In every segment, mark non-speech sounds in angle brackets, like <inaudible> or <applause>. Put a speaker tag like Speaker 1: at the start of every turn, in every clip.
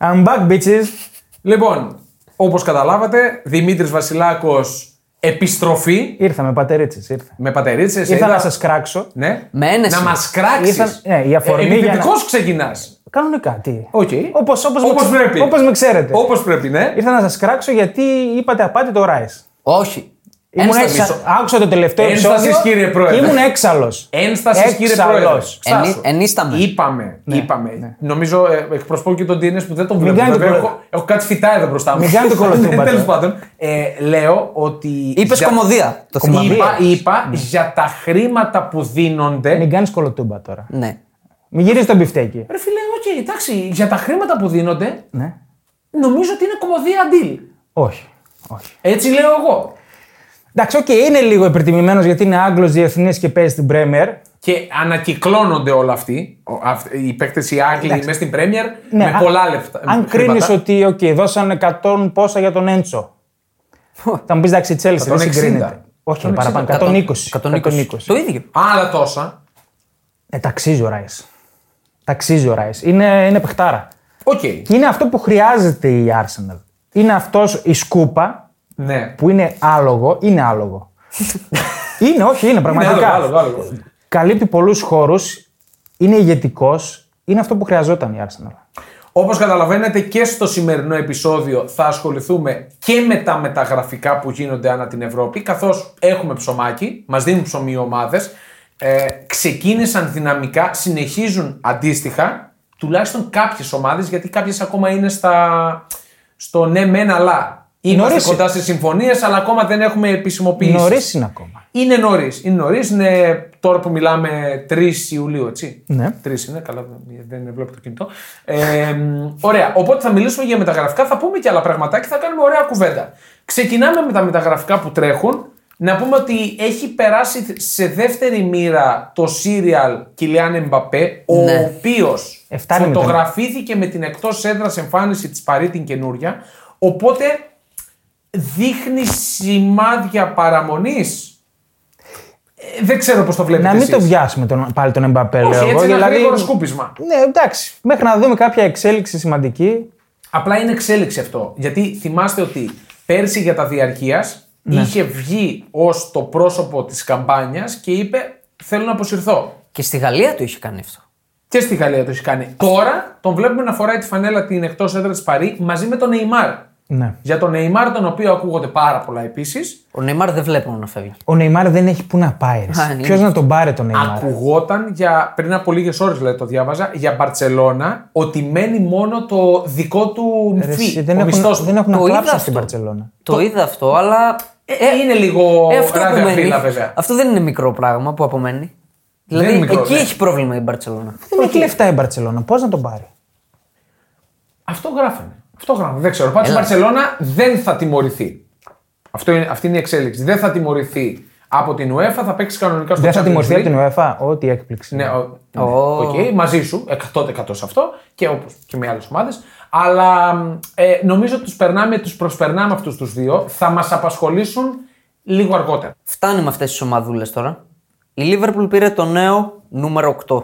Speaker 1: I'm back, bitches.
Speaker 2: Λοιπόν, όπως καταλάβατε, Δημήτρης Βασιλάκος επιστροφή
Speaker 1: Ήρθαμε, πατερίτσες. Ήρθα.
Speaker 2: με πατερίτσες.
Speaker 1: Ήρθα να σας κράξω.
Speaker 2: Ναι.
Speaker 3: Με ένεση.
Speaker 2: Να μας κράξεις.
Speaker 1: Ήρθα- ναι,
Speaker 2: Ε,
Speaker 1: η αφορμή για να-
Speaker 2: ξεκινάς.
Speaker 1: Κανονικά, τι.
Speaker 2: Οκ.
Speaker 1: Όπως, όπως,
Speaker 2: Όπως
Speaker 1: με, ξε-
Speaker 2: πρέπει.
Speaker 1: όπως με ξέρετε.
Speaker 2: Όπως πρέπει, ναι.
Speaker 1: Ήρθα να σας κράξω γιατί είπατε απάτη το Rise.
Speaker 3: Όχι.
Speaker 1: Ήμουν
Speaker 3: Ένστασης.
Speaker 1: έξα... Άκουσα το τελευταίο
Speaker 2: Ένστασης,
Speaker 1: επεισόδιο.
Speaker 2: κύριε Πρόεδρε.
Speaker 1: και Ήμουν έξαλλος.
Speaker 2: Ένστασης, κύριε Πρόεδρε. Ξάσου.
Speaker 3: Ενί- ενίσταμε.
Speaker 2: Είπαμε. είπαμε.
Speaker 1: ναι.
Speaker 2: Νομίζω ε, εκπροσωπώ και τον Τίνες που δεν τον βλέπω.
Speaker 1: κάνει
Speaker 2: Βέβαια,
Speaker 1: το κολο-
Speaker 2: έχω, έχω κάτι φυτά εδώ μπροστά μου.
Speaker 1: Μην
Speaker 2: <laughs>
Speaker 1: κάνει το κολοτούμπα,
Speaker 2: Τέλος
Speaker 1: τώρα.
Speaker 2: πάντων. Ε, λέω ότι.
Speaker 3: Είπες κομμωδία. Το θυμάμαι.
Speaker 1: Κομμωδία.
Speaker 2: Είπα,
Speaker 1: Ναι.
Speaker 2: είπα για τα χρήματα που δίνονται.
Speaker 1: Μην κάνεις κολοτούμπα τώρα.
Speaker 3: Ναι.
Speaker 1: Μην γυρίζει τον μπιφτέκι.
Speaker 2: Ρε φίλε, οκ, εντάξει, για τα χρήματα που δίνονται,
Speaker 1: Ναι.
Speaker 2: νομίζω ότι είναι κομμωδία deal.
Speaker 1: Όχι. Όχι.
Speaker 2: Έτσι λέω εγώ.
Speaker 1: Εντάξει, οκ, είναι λίγο υπερτιμημένος γιατί είναι Άγγλος διεθνής και παίζει στην Πρέμερ.
Speaker 2: Και ανακυκλώνονται όλα αυτοί, ο- αυ- οι παίκτες οι Άγγλοι μέσα στην Πρέμιερ, με πολλά λεφτά.
Speaker 1: Ναι, Αν
Speaker 2: χρήματα.
Speaker 1: κρίνεις ότι, οκ, δώσανε 100 πόσα για τον Έντσο. θα μου πεις εντάξει, η Τσέλση δεν
Speaker 2: 160.
Speaker 1: συγκρίνεται. Όχι, είναι παραπάνω. 120.
Speaker 3: 120.
Speaker 1: 120.
Speaker 3: Το ίδιο.
Speaker 2: Άλλα τόσα.
Speaker 1: Ε, ταξίζει ο Ράις. Ταξίζει ο Ράις. Είναι, είναι παιχτάρα.
Speaker 2: Οκ.
Speaker 1: Και είναι αυτό που χρειάζεται η Arsenal. Είναι αυτός η σκούπα
Speaker 2: Ναι.
Speaker 1: που είναι άλογο. Είναι
Speaker 2: <laughs>
Speaker 1: άλογο. είναι, όχι, είναι
Speaker 2: Είναι
Speaker 1: πραγματικά.
Speaker 2: Ναι, άλλο, άλλο, άλλο.
Speaker 1: Καλύπτει πολλούς χώρους. Είναι ηγετικός. Είναι αυτό που χρειαζόταν η Arsenal.
Speaker 2: Όπως καταλαβαίνετε και στο σημερινό επεισόδιο θα ασχοληθούμε και με τα μεταγραφικά που γίνονται ανά την Ευρώπη, καθώς έχουμε ψωμάκι, μας δίνουν ψωμί οι ομάδες. Ε, ξεκίνησαν δυναμικά, συνεχίζουν αντίστοιχα, τουλάχιστον κάποιες ομάδες, γιατί κάποιες ακόμα είναι στα... στο ναι, μεν, αλλά. Είμαστε
Speaker 1: Νωρίς.
Speaker 2: κοντά σε συμφωνίες, αλλά ακόμα δεν έχουμε επισημοποιήσεις.
Speaker 1: Νωρίς είναι ακόμα.
Speaker 2: Είναι νωρίς. Είναι νωρίς. Είναι τώρα που μιλάμε 3 Ιουλίου, έτσι.
Speaker 1: Ναι.
Speaker 2: 3 είναι, καλά, δεν βλέπω το κινητό. Ε, μ, ωραία. Οπότε θα μιλήσουμε για μεταγραφικά, θα πούμε και άλλα πραγματάκια, θα κάνουμε ωραία κουβέντα. Ξεκινάμε με τα μεταγραφικά που τρέχουν. Να πούμε ότι έχει περάσει σε δεύτερη μοίρα το σύριαλ Κιλιάν Εμπαπέ, ο
Speaker 3: Ναι.
Speaker 2: οποίος
Speaker 1: Εφτάνει με τον-
Speaker 2: φωτογραφήθηκε με την εκτός έδρας εμφάνιση της Παρή την καινούρια. Οπότε δείχνει σημάδια παραμονής. Ε, δεν ξέρω πώς το βλέπετε
Speaker 1: Να μην
Speaker 2: εσείς.
Speaker 1: το βιάσουμε τον, πάλι τον Εμπαπέ,
Speaker 2: Όχι,
Speaker 1: λέω
Speaker 2: έτσι
Speaker 1: εγώ.
Speaker 2: ένα
Speaker 1: δηλαδή-
Speaker 2: γρήγορο σκούπισμα.
Speaker 1: Ναι, εντάξει. Μέχρι να δούμε κάποια εξέλιξη σημαντική.
Speaker 2: Απλά είναι εξέλιξη αυτό. Γιατί θυμάστε ότι πέρσι για τα διαρκείας
Speaker 1: Ναι.
Speaker 2: είχε βγει ως το πρόσωπο της καμπάνιας και είπε θέλω να αποσυρθώ.
Speaker 3: Και στη Γαλλία το είχε κάνει αυτό.
Speaker 2: Και στη Γαλλία το έχει κάνει. Τώρα τον βλέπουμε να φοράει τη φανέλα την εκτός έδρας της Παρή μαζί με τον Νεϊμάρ.
Speaker 1: Ναι.
Speaker 2: Για τον Νεϊμάρ, τον οποίο ακούγονται πάρα πολλά επίσης,
Speaker 3: Ο Νεϊμάρ δεν βλέπουμε να φεύγει.
Speaker 1: Ο Νεϊμάρ δεν έχει που να πάει.
Speaker 3: Α, ναι.
Speaker 1: Ποιος να τον πάρει τον Νεϊμάρ.
Speaker 2: Ακουγόταν για, πριν από λίγες ώρες, δηλαδή το διάβαζα, για Μπαρσελόνα ότι μένει μόνο το δικό του
Speaker 1: Ρε,
Speaker 2: φύ,
Speaker 1: εσύ,
Speaker 2: ο
Speaker 1: δεν
Speaker 2: μισθός
Speaker 1: έχουν,
Speaker 2: του.
Speaker 1: δεν έχουν
Speaker 3: Το είδα
Speaker 1: κλάψει στην
Speaker 3: αυτό.
Speaker 1: Παρσελόνα.
Speaker 3: Το, είδα αυτό, αλλά.
Speaker 2: Ε, είναι λίγο
Speaker 3: ε, αυτό,
Speaker 2: ράδια
Speaker 3: απομένει.
Speaker 2: φύλλα, βέβαια.
Speaker 3: αυτό δεν είναι μικρό πράγμα που απομένει. Δηλαδή
Speaker 2: είναι μικρό,
Speaker 3: εκεί
Speaker 2: ναι.
Speaker 3: έχει πρόβλημα η Μπαρσελόνα.
Speaker 1: Δεν έχει λεφτά η Μπαρσελόνα. Πώς να τον πάρει.
Speaker 2: Αυτό γράφανε. Αυτό γράφανε. Δεν ξέρω. Πάντως η
Speaker 3: Έλα.
Speaker 2: Μπαρσελόνα δεν θα τιμωρηθεί. Αυτό είναι, αυτή είναι η εξέλιξη. Δεν θα τιμωρηθεί από την UEFA, θα παίξει κανονικά στο
Speaker 1: Δεν θα
Speaker 2: Champions
Speaker 1: τιμωρηθεί
Speaker 2: League.
Speaker 1: από την UEFA. Ό,τι έκπληξη.
Speaker 2: Ναι, ο, ναι.
Speaker 3: Ω.
Speaker 2: Οκ, μαζί σου, 100% σε αυτό και όπως και με άλλες ομάδες. Αλλά ε, νομίζω ότι τους περνάμε, τους προσπερνάμε αυτούς τους δύο. Θα μας απασχολήσουν λίγο αργότερα.
Speaker 3: Φτάνει με αυτές τις ομαδούλες τώρα. Η Λίβερπουλ πήρε το νέο νούμερο 8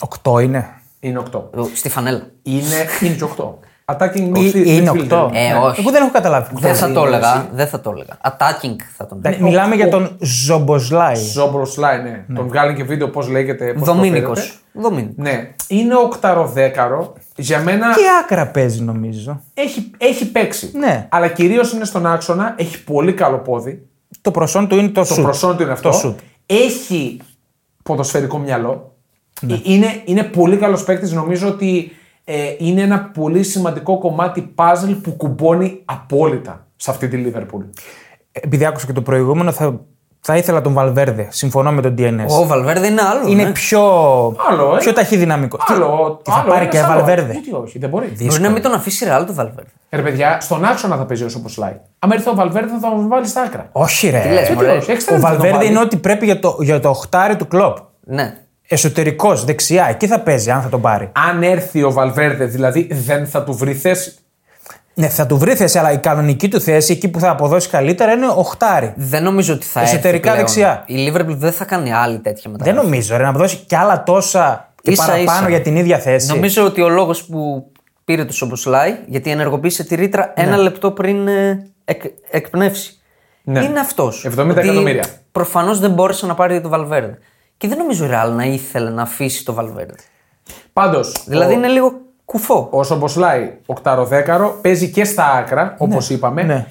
Speaker 1: Οκτώ είναι.
Speaker 2: Είναι 8.
Speaker 3: ε, στη φανέλα.
Speaker 2: Είναι, είναι και 8. Attacking
Speaker 1: Ε,
Speaker 2: midfield-
Speaker 1: είναι
Speaker 2: midfielder.
Speaker 1: οκτώ.
Speaker 3: Ε, όχι.
Speaker 1: Εγώ δεν έχω καταλάβει.
Speaker 3: Δεν θα
Speaker 1: Ναι,
Speaker 3: το Ναι, έλεγα. Δεν θα το έλεγα. Attacking θα τον έλεγα.
Speaker 1: εντάξει, Μιλάμε για τον Ζομποσλάι.
Speaker 2: Ζόμπροσλάι, ναι. Τον βγάλει και βίντεο πώς λέγεται. πώς
Speaker 3: Δομήνικο.
Speaker 2: προφέρεται. Ναι. Είναι οκταροδέκαρο. Για μένα
Speaker 1: Και άκρα παίζει νομίζω.
Speaker 2: έχει, έχει παίξει.
Speaker 1: Ναι.
Speaker 2: Αλλά κυρίως είναι στον άξονα. Έχει πολύ καλό πόδι.
Speaker 1: Το προσόν του είναι το,
Speaker 2: Το
Speaker 1: σουτ.
Speaker 2: προσόν του είναι αυτό.
Speaker 1: Το σουτ.
Speaker 2: Έχει ποδοσφαιρικό μυαλό.
Speaker 1: Ναι.
Speaker 2: Ε, Είναι, είναι πολύ καλός παίκτης. Νομίζω ότι ε, είναι ένα πολύ σημαντικό κομμάτι puzzle που κουμπώνει απόλυτα σε αυτή τη Λίβερπουλ.
Speaker 1: Επειδή άκουσα και το προηγούμενο, θα, θα ήθελα τον Βαλβέρδε. Συμφωνώ με τον DNS.
Speaker 3: Ο Βαλβέρδε είναι άλλο.
Speaker 1: είναι
Speaker 3: ναι.
Speaker 1: πιο,
Speaker 2: Άλλο, ε.
Speaker 1: πιο ταχυδυναμικό. Τι-
Speaker 2: Άλλο,
Speaker 1: τι θα
Speaker 2: άλλο
Speaker 1: πάρει
Speaker 2: ένας,
Speaker 1: και
Speaker 2: άλλο.
Speaker 1: Βαλβέρδε.
Speaker 2: Γιατί όχι, δεν μπορεί.
Speaker 3: Μπορεί να μην τον αφήσει ρεάλ το Βαλβέρδε.
Speaker 2: Ρε παιδιά, στον άξονα θα παίζει όσο όπως λέει. Αν έρθει ο Βαλβέρδε θα τον βάλει στα άκρα.
Speaker 1: Όχι, ρε.
Speaker 3: λες,
Speaker 2: Γιατί
Speaker 3: μωρέ.
Speaker 2: όχι,
Speaker 1: Ε, Ο
Speaker 2: εξτρέμ θα τον
Speaker 1: Βαλβέρδε
Speaker 2: βάλει.
Speaker 1: είναι ότι πρέπει για το, για το οχτάρι του κλοπ.
Speaker 3: Ναι.
Speaker 1: Εσωτερικός, δεξιά, εκεί θα παίζει, αν θα τον πάρει.
Speaker 2: Αν έρθει ο Βαλβέρδε, δηλαδή δεν θα του βρει θέση.
Speaker 1: Ναι, θα του βρει θέση, αλλά η κανονική του θέση, εκεί που θα αποδώσει καλύτερα, είναι οχτάρι.
Speaker 3: Δεν νομίζω ότι θα
Speaker 1: Εσωτερικά
Speaker 3: έρθει πλέον.
Speaker 1: δεξιά.
Speaker 3: Η Λίβερπουλ δεν θα κάνει άλλη τέτοια
Speaker 1: Δεν
Speaker 3: μεταγραφή.
Speaker 1: νομίζω, ρε, να δώσει κι άλλα τόσα και
Speaker 3: Ίσα-ίσα.
Speaker 1: παραπάνω για την ίδια θέση.
Speaker 3: Νομίζω ότι ο λόγος που Πήρε το Σομποσλάι γιατί ενεργοποίησε τη ρήτρα ένα λεπτό πριν ε, εκ, εκπνεύσει.
Speaker 2: Ναι.
Speaker 3: Είναι αυτός.
Speaker 2: 70 εκατομμύρια.
Speaker 3: Προφανώς δεν μπόρεσε να πάρει το Βαλβέρντε. Και δεν νομίζω η Ρεάλ να ήθελε να αφήσει το Βαλβέρντε.
Speaker 2: Πάντως.
Speaker 3: Δηλαδή είναι λίγο κουφό.
Speaker 2: Ο Σομποσλάι, οκταροδέκαρο, παίζει και στα άκρα, όπως είπαμε.
Speaker 1: Ναι.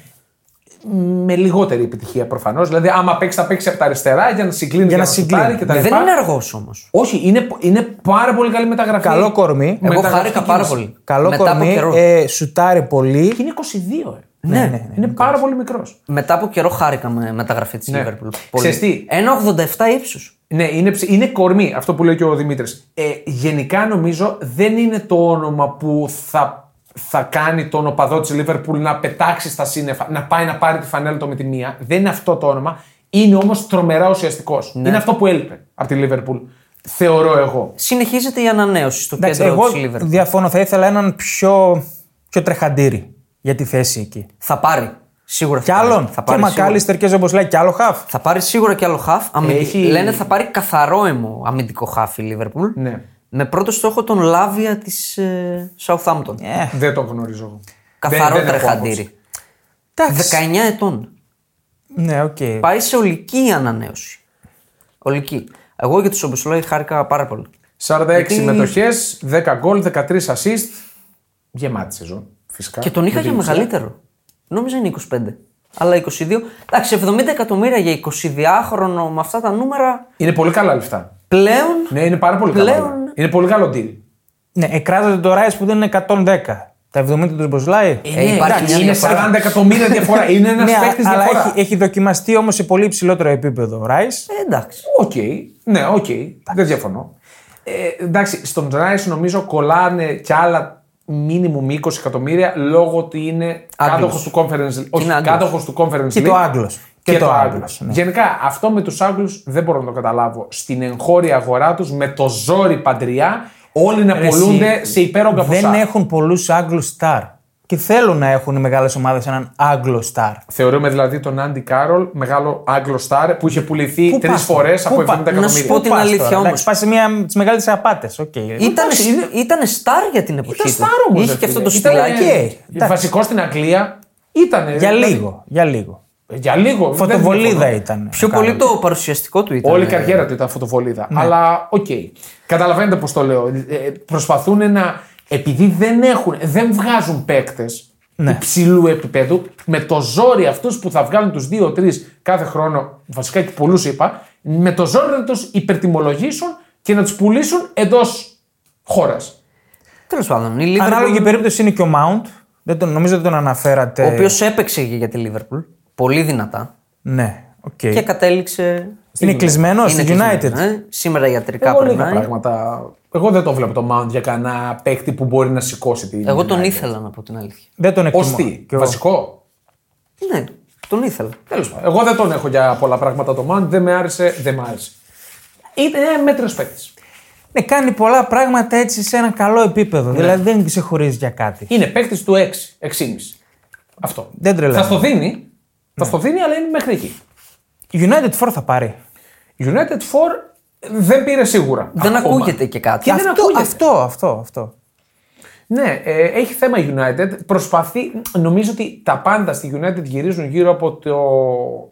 Speaker 2: Με λιγότερη επιτυχία προφανώς. Δηλαδή, άμα παίξει, θα παίξει από τα αριστερά για να συγκλίνει
Speaker 1: Για να
Speaker 2: το σουτάρει
Speaker 1: συγκλίνει. Ναι,
Speaker 2: και τα
Speaker 3: δεν
Speaker 2: λοιπά.
Speaker 3: είναι αργός όμως.
Speaker 2: Όχι, είναι, είναι πάρα πολύ καλή μεταγραφή.
Speaker 1: Καλό κορμί.
Speaker 2: Με-
Speaker 3: Εγώ
Speaker 2: Μεταγραφική
Speaker 3: χάρηκα πάρα
Speaker 2: κίνηση.
Speaker 3: πολύ.
Speaker 1: Καλό
Speaker 3: Μετά
Speaker 1: κορμί.
Speaker 3: από καιρό.
Speaker 1: Ε, σουτάρει πολύ.
Speaker 2: Και είναι 22. ε.
Speaker 1: Ναι, ναι, ναι.
Speaker 2: Είναι πάρα πολύ μικρός.
Speaker 3: Μετά από καιρό χάρηκα με μεταγραφή της
Speaker 2: Ναι.
Speaker 3: Λίβερπουλ.
Speaker 2: Ξέρεις τι?
Speaker 3: 1,87 ύψους.
Speaker 2: Ναι, είναι, ψ- είναι κορμί αυτό που λέει και ο Δημήτρης. Ε, γενικά νομίζω δεν είναι το όνομα που θα, θα κάνει τον οπαδό της Λίβερπουλ να πετάξει στα σύννεφα, να πάει να πάρει τη φανέλα του με τη μία. Δεν είναι αυτό το όνομα. Είναι όμως τρομερά ουσιαστικός.
Speaker 3: Ναι.
Speaker 2: Είναι αυτό που έλειπε από τη Λίβερπουλ. Θεωρώ εγώ.
Speaker 3: Συνεχίζεται η ανανέωση στο
Speaker 1: Εντάξει,
Speaker 3: κέντρο
Speaker 1: εγώ
Speaker 3: της Λίβερπουλ.
Speaker 1: διαφώνω. Θα ήθελα έναν πιο, πιο τρεχαντήρι για τη θέση εκεί.
Speaker 3: Θα πάρει. Σίγουρα
Speaker 1: Κι
Speaker 3: θα πάρει.
Speaker 1: άλλον.
Speaker 3: Θα
Speaker 1: και
Speaker 3: πάρει, σίγουρα.
Speaker 1: Μακάλιστερ και Ζεμποσλάκη. Κι άλλο χαφ.
Speaker 3: θα πάρει σίγουρα κι άλλο χαφ. Αμυντικ-
Speaker 2: Έχει-
Speaker 3: Λένε θα πάρει καθαρό αιμο αμυντικό χαφ η Λίβερπουλ.
Speaker 2: Ναι.
Speaker 3: Με πρώτο στόχο τον Λάβια της Southampton.
Speaker 1: Ε,
Speaker 2: Δεν το γνωρίζω εγώ.
Speaker 3: Καθαρό
Speaker 2: Δεν- δεν έχω άποψη.
Speaker 3: τρεχαντήρι.
Speaker 1: εντάξει.
Speaker 3: 19 ετών.
Speaker 1: Ναι, οκ.
Speaker 3: Πάει σε ολική ανανέωση. Ολική. Εγώ για τους Σομπεσλόι χάρηκα πάρα πολύ.
Speaker 2: 46
Speaker 3: Γιατί-
Speaker 2: συμμετοχέ, 10 γκολ, 13 assist. Γεμάτη σεζόν. Φυσικά.
Speaker 3: Και τον είχα για μεγαλύτερο. Νόμιζα είναι 25. Αλλά 22. Εντάξει, 70 εκατομμύρια για 22χρονο με αυτά τα νούμερα
Speaker 2: Είναι πολύ καλά λεφτά.
Speaker 3: πλέον.
Speaker 2: Ναι, είναι πάρα πολύ καλά.
Speaker 3: Πλέον-
Speaker 2: Είναι πολύ καλό deal.
Speaker 1: Ναι, εκράζεται το Ράι που δεν είναι 110. Τα 70 του Ζεμποσλάι.
Speaker 3: Ε, ναι, υπάρχει
Speaker 2: Εντάξει,
Speaker 3: μια
Speaker 2: είναι
Speaker 3: διαφορά.
Speaker 2: 40 εκατομμύρια διαφορά. Είναι ένας
Speaker 1: Ναι,
Speaker 2: παίκτης
Speaker 1: αλλά
Speaker 2: διαφορά.
Speaker 1: έχει, έχει δοκιμαστεί όμως σε πολύ υψηλότερο επίπεδο ο Ράι.
Speaker 3: Ε, εντάξει.
Speaker 2: Οκ. Ναι, οκ. Δεν διαφωνώ. Ε, εντάξει, στον Ράις νομίζω κολλάνε κι άλλα μίνιμουμ 20 εκατομμύρια λόγω ότι είναι κάτοχος του Conference Όχι,
Speaker 3: είναι Άγγλος.
Speaker 2: κάτοχος του Conference
Speaker 1: Και
Speaker 2: League.
Speaker 1: το Άγγλος.
Speaker 2: Και, το Άγγλος.
Speaker 1: ναι.
Speaker 2: Γενικά, αυτό με τους Άγγλους δεν μπορώ να το καταλάβω. Στην εγχώρια αγορά τους, με το ζόρι παντριά, όλοι να
Speaker 1: Ρε,
Speaker 2: πολλούνται
Speaker 1: εσύ,
Speaker 2: σε υπέρογκα ποσά.
Speaker 1: Δεν έχουν πολλούς Άγγλους στάρ. Και θέλουν να έχουν οι μεγάλες ομάδες έναν Άγγλο στάρ.
Speaker 2: Θεωρούμε δηλαδή τον Άντι Κάρολ μεγάλο Άγγλο στάρ που είχε πουληθεί
Speaker 1: Πού
Speaker 2: τρεις
Speaker 1: πας
Speaker 2: φορές
Speaker 1: τώρα,
Speaker 2: από
Speaker 1: πού πας,
Speaker 2: 70
Speaker 3: να σου πω
Speaker 2: εκατομμύρια.
Speaker 3: την αλήθεια όμως.
Speaker 1: Πάει σε μία από τις μεγάλε απάτε.
Speaker 3: Ήτανε, ήτανε στάρ για την εποχή
Speaker 2: Ε, Ήταν
Speaker 3: του.
Speaker 2: στάρ όμως.
Speaker 3: Είχε και αυτό το στυλάκι.
Speaker 1: Οκ, εντάξει.
Speaker 2: Βασικό στην Αγγλία ήταν.
Speaker 1: Για λίγο. Για λίγο.
Speaker 2: Για λίγο. δεν
Speaker 1: Φωτοβολίδα
Speaker 2: διαφωνώ.
Speaker 1: ήταν.
Speaker 3: Πιο
Speaker 1: Κάρολ.
Speaker 3: πολύ το παρουσιαστικό του ήταν. ε,
Speaker 2: Όλη η καριέρα του ήταν φωτοβολίδα. Αλλά οκ. Καταλαβαίνετε πώς το λέω. Ε, προσπαθούν να. Επειδή δεν έχουν, δεν βγάζουν παίκτες Ναι. υψηλού επίπεδου, με το ζόρι αυτούς που θα βγάλουν τους 2-3 κάθε χρόνο, βασικά και πολλούς είπα, με το ζόρι να τους υπερτιμολογήσουν και να τους πουλήσουν εντός χώρας.
Speaker 3: Τέλος πάντων, η Liverpool,
Speaker 1: Ανάλογη περίπτωση είναι και ο Mount. Δεν τον, νομίζω δεν τον αναφέρατε.
Speaker 3: ο οποίος έπαιξε και για τη Λίβερπουλ πολύ δυνατά
Speaker 1: Ναι, οκ.
Speaker 2: Ε.
Speaker 3: και κατέληξε.
Speaker 1: Είναι κλεισμένος
Speaker 3: Είναι
Speaker 1: στην
Speaker 3: κλεισμένος,
Speaker 1: United.
Speaker 3: ε. Σήμερα ιατρικά
Speaker 2: Εγώ λίγα
Speaker 3: περνάει.
Speaker 2: πράγματα. Εγώ δεν το βλέπω το Mount για κανένα παίκτη που μπορεί να σηκώσει την.
Speaker 3: Εγώ τον ήθελα να πω την αλήθεια.
Speaker 1: Δεν τον
Speaker 2: Ω
Speaker 1: εκτιμώ.
Speaker 2: τι,
Speaker 1: Και ο-
Speaker 2: βασικό.
Speaker 3: Ναι, τον ήθελα.
Speaker 2: Τέλος πάντων. Εγώ δεν τον έχω για πολλά πράγματα το Mount. Δεν με άρεσε. Δεν με άρεσε. Είναι μέτριος παίκτης.
Speaker 1: Ναι, κάνει πολλά πράγματα έτσι σε ένα καλό επίπεδο. Δηλαδή δεν ξεχωρίζει για κάτι.
Speaker 2: Είναι παίκτης του 6, 6,5. Αυτό.
Speaker 1: Δεν τρελαίνω.
Speaker 2: Θα στο δίνει.
Speaker 3: Ναι.
Speaker 2: Θα στο δίνει, αλλά είναι μέχρι εκεί.
Speaker 1: United 4 θα πάρει.
Speaker 2: United 4 δεν πήρε σίγουρα.
Speaker 3: Δεν
Speaker 2: Ακόμα.
Speaker 3: ακούγεται και κάτι.
Speaker 2: Και δεν
Speaker 1: αυτό,
Speaker 2: ακούγεται.
Speaker 1: αυτό, αυτό, αυτό.
Speaker 2: Ναι, ε, έχει θέμα η United. Προσπαθεί, νομίζω ότι τα πάντα στη United γυρίζουν γύρω από το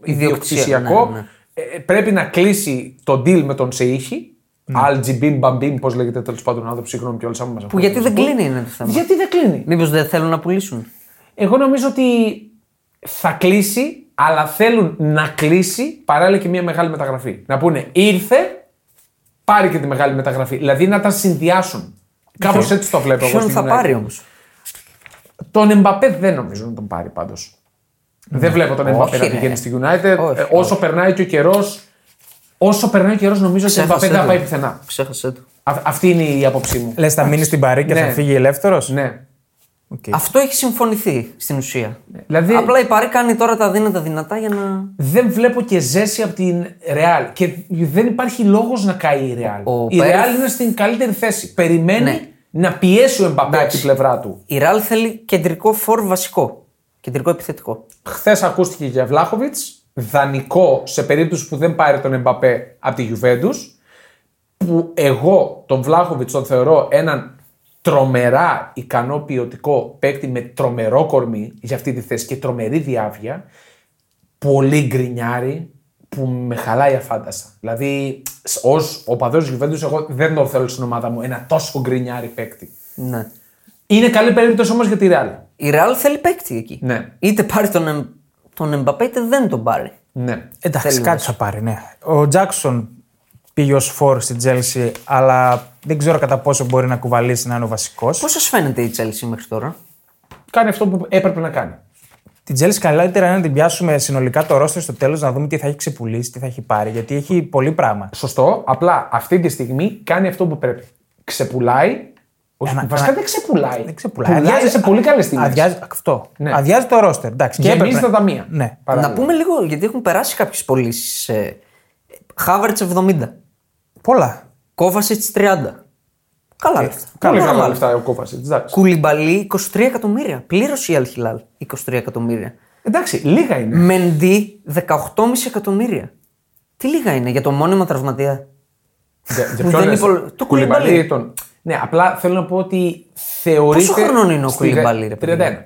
Speaker 2: ιδιοκτησιακό.
Speaker 3: ναι, ναι.
Speaker 2: Ε, πρέπει να κλείσει το deal με τον Σεήχη. Αλτζιμπιμ, μπαμπιμ, πώς λέγεται τέλος πάντων άνθρωπο, συγγνώμη κιόλας.
Speaker 3: Ναι. Που γιατί δεν κλείνει είναι το θέμα.
Speaker 2: Γιατί δεν κλείνει.
Speaker 3: Μήπως δεν θέλουν να πουλήσουν.
Speaker 2: Εγώ νομίζω ότι θα κλείσει, αλλά θέλουν να κλείσει παράλληλα και μια μεγάλη μεταγραφή. Να πούνε ήρθε, πάρει και τη μεγάλη μεταγραφή. Δηλαδή να τα συνδυάσουν. Κάπως έτσι το βλέπω εγώ.
Speaker 3: Ποιον
Speaker 2: στην
Speaker 3: θα
Speaker 2: United.
Speaker 3: πάρει όμως.
Speaker 2: Τον Εμπαπέ δεν νομίζω να τον πάρει πάντως. Δεν βλέπω τον Εμπαπέ να
Speaker 3: Ναι. ρε.
Speaker 2: πηγαίνει στη United.
Speaker 3: Όχι,
Speaker 2: Ε, όσο περνάει και ο καιρός, όσο περνάει ο καιρός, νομίζω ότι ο Εμπαπέ δεν θα πάει πουθενά.
Speaker 3: Ξέχασε το.
Speaker 2: Α- αυτή είναι η άποψή μου.
Speaker 1: Λες, θα μείνει στην Παρή και
Speaker 2: Ναι.
Speaker 1: θα φύγει ελεύθερος.
Speaker 2: Ναι.
Speaker 3: Αυτό έχει συμφωνηθεί στην ουσία.
Speaker 2: Δηλαδή-
Speaker 3: Απλά η Παρή κάνει τώρα τα δύνατα δυνατά για να.
Speaker 2: δεν βλέπω και ζέση από την Ρεάλ. Και δεν υπάρχει λόγος να καεί η Ρεάλ.
Speaker 3: Ο
Speaker 2: η
Speaker 3: Πέρεθ-
Speaker 2: Ρεάλ είναι στην καλύτερη θέση. Περιμένει
Speaker 3: Ναι.
Speaker 2: να πιέσει ο Εμπαπέ από την πλευρά του.
Speaker 3: Η Ραλ θέλει κεντρικό φόρ βασικό. Κεντρικό επιθετικό.
Speaker 2: Χθες ακούστηκε για Βλάχοβιτ. Δανεικό σε περίπτωση που δεν πάρει τον Εμπαπέ από τη Γιουβέντους. Που εγώ τον Βλάχοβιτ τον θεωρώ έναν τρομερά ικανό ποιοτικό παίκτη με τρομερό κορμί για αυτή τη θέση και τρομερή διάβια, πολύ γκρινιάρη που με χαλάει αφάνταστα. Δηλαδή, ω οπαδό Γιουβέντους, εγώ δεν τον θέλω στην ομάδα μου ένα τόσο γκρινιάρη παίκτη.
Speaker 3: Ναι.
Speaker 2: Είναι καλή περίπτωση όμως για τη Ρεάλ.
Speaker 3: Η Ρεάλ θέλει παίκτη εκεί.
Speaker 2: Ναι.
Speaker 3: Είτε πάρει τον, Εμ- τον Εμπαπέ, είτε δεν τον πάρει.
Speaker 2: Ναι.
Speaker 1: Εντάξει,
Speaker 3: Θέλει
Speaker 1: κάτι θα πάρει, ναι. Ο Τζάξον πήγε ως φόρ στην Τζέλση, αλλά δεν ξέρω κατά πόσο μπορεί να κουβαλήσει να είναι ο βασικός.
Speaker 3: Πώς σας φαίνεται η Chelsea μέχρι τώρα,
Speaker 2: Κάνει αυτό που έπρεπε να κάνει.
Speaker 1: Την Τζέλση καλύτερα είναι να την πιάσουμε συνολικά το ρόστερ στο τέλος, να δούμε τι θα έχει ξεπουλήσει, τι θα έχει πάρει, γιατί έχει πολύ πράγμα.
Speaker 2: Σωστό. Απλά αυτή τη στιγμή κάνει αυτό που πρέπει. Ξεπουλάει. Όχι,
Speaker 1: Ένα-
Speaker 2: βασικά
Speaker 1: ένα-
Speaker 2: δεν ξεπουλάει.
Speaker 1: Δεν ξεπουλάει.
Speaker 2: Αδειάζει σε
Speaker 1: Α-
Speaker 2: πολύ καλές στιγμές.
Speaker 1: Αδειάζει, αυτό.
Speaker 2: Ναι.
Speaker 1: Αδειάζει το ρόστερ. Εντάξει, και
Speaker 2: Γεμίζει
Speaker 1: έπρεπε-
Speaker 2: τα ταμεία.
Speaker 1: Ναι.
Speaker 2: Παράλληλα.
Speaker 3: Να πούμε λίγο, γιατί έχουν περάσει κάποιες πωλήσεις. Ε, Χάβερτ 70,
Speaker 1: Πολλά.
Speaker 3: Κόβασιτ 30. Καλά λεφτά.
Speaker 2: Πολύ
Speaker 3: Καλά
Speaker 2: καλά λεφτά ο Κόβασιτς, Εντάξει.
Speaker 3: Κουλιμπαλί 23 εκατομμύρια. Πλήρωσε η Αλχιλάλ 23 εκατομμύρια.
Speaker 2: Εντάξει, λίγα είναι.
Speaker 3: Μεντί 18,5 εκατομμύρια. Τι λίγα είναι για το μόνιμο τραυματία.
Speaker 2: Για- για
Speaker 3: Δεν
Speaker 2: ποιον λες,
Speaker 3: υπολο- το
Speaker 2: Κουλιμπαλί
Speaker 3: Κουλιμπαλί.
Speaker 2: ή τον- Ναι, απλά θέλω να πω ότι θεωρείται.
Speaker 3: Πόσο χρονών είναι ο
Speaker 2: στη-
Speaker 3: Κουλιμπαλί, ρε παιδί?
Speaker 2: 31.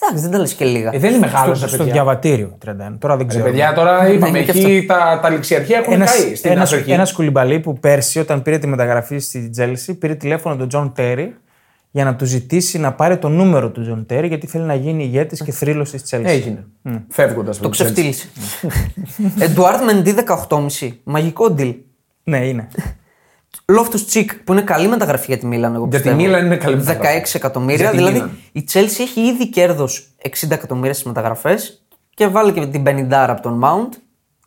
Speaker 3: Εντάξει, δεν τα λες και λίγα.
Speaker 2: Ε, δεν είναι μεγάλος,
Speaker 1: στο, στο
Speaker 2: παιδιά.
Speaker 1: διαβατήριο 31. Τώρα δεν
Speaker 2: Ρε
Speaker 1: ξέρω.
Speaker 2: παιδιά, τώρα είπαμε,
Speaker 3: Ναι, και
Speaker 2: εκεί τα, τα ληξιαρχεία έχουν
Speaker 1: Ένας-
Speaker 2: καεί στην
Speaker 1: ένας-
Speaker 2: Αζωχή.
Speaker 1: ένας κουλιμπαλί που πέρσι, όταν πήρε τη μεταγραφή στη Τζέλση, πήρε τηλέφωνο τον Τζον Τέρι για να του ζητήσει να πάρει το νούμερο του Τζον Τέρι, γιατί θέλει να γίνει ηγέτης και θρύλος της Τζέλσης.
Speaker 2: Έγινε. Φεύγοντας.
Speaker 3: Το ξεφτύλισε. Εντουάρτ Μεντί 18,5. Μαγικό deal.
Speaker 1: Ναι, είναι.
Speaker 3: Λόφτου Τσικ που είναι καλή μεταγραφή για τη Μίλαν. Εγώ
Speaker 2: Για τη
Speaker 3: πιστεύω.
Speaker 2: Μίλαν είναι καλή μεταγραφή.
Speaker 3: 16 εκατομμύρια.
Speaker 2: Για τη
Speaker 3: Δηλαδή
Speaker 2: Μίλαν.
Speaker 3: η Chelsea έχει ήδη κέρδος 60 εκατομμύρια στις μεταγραφές και βάλει και την 50 από τον Mount.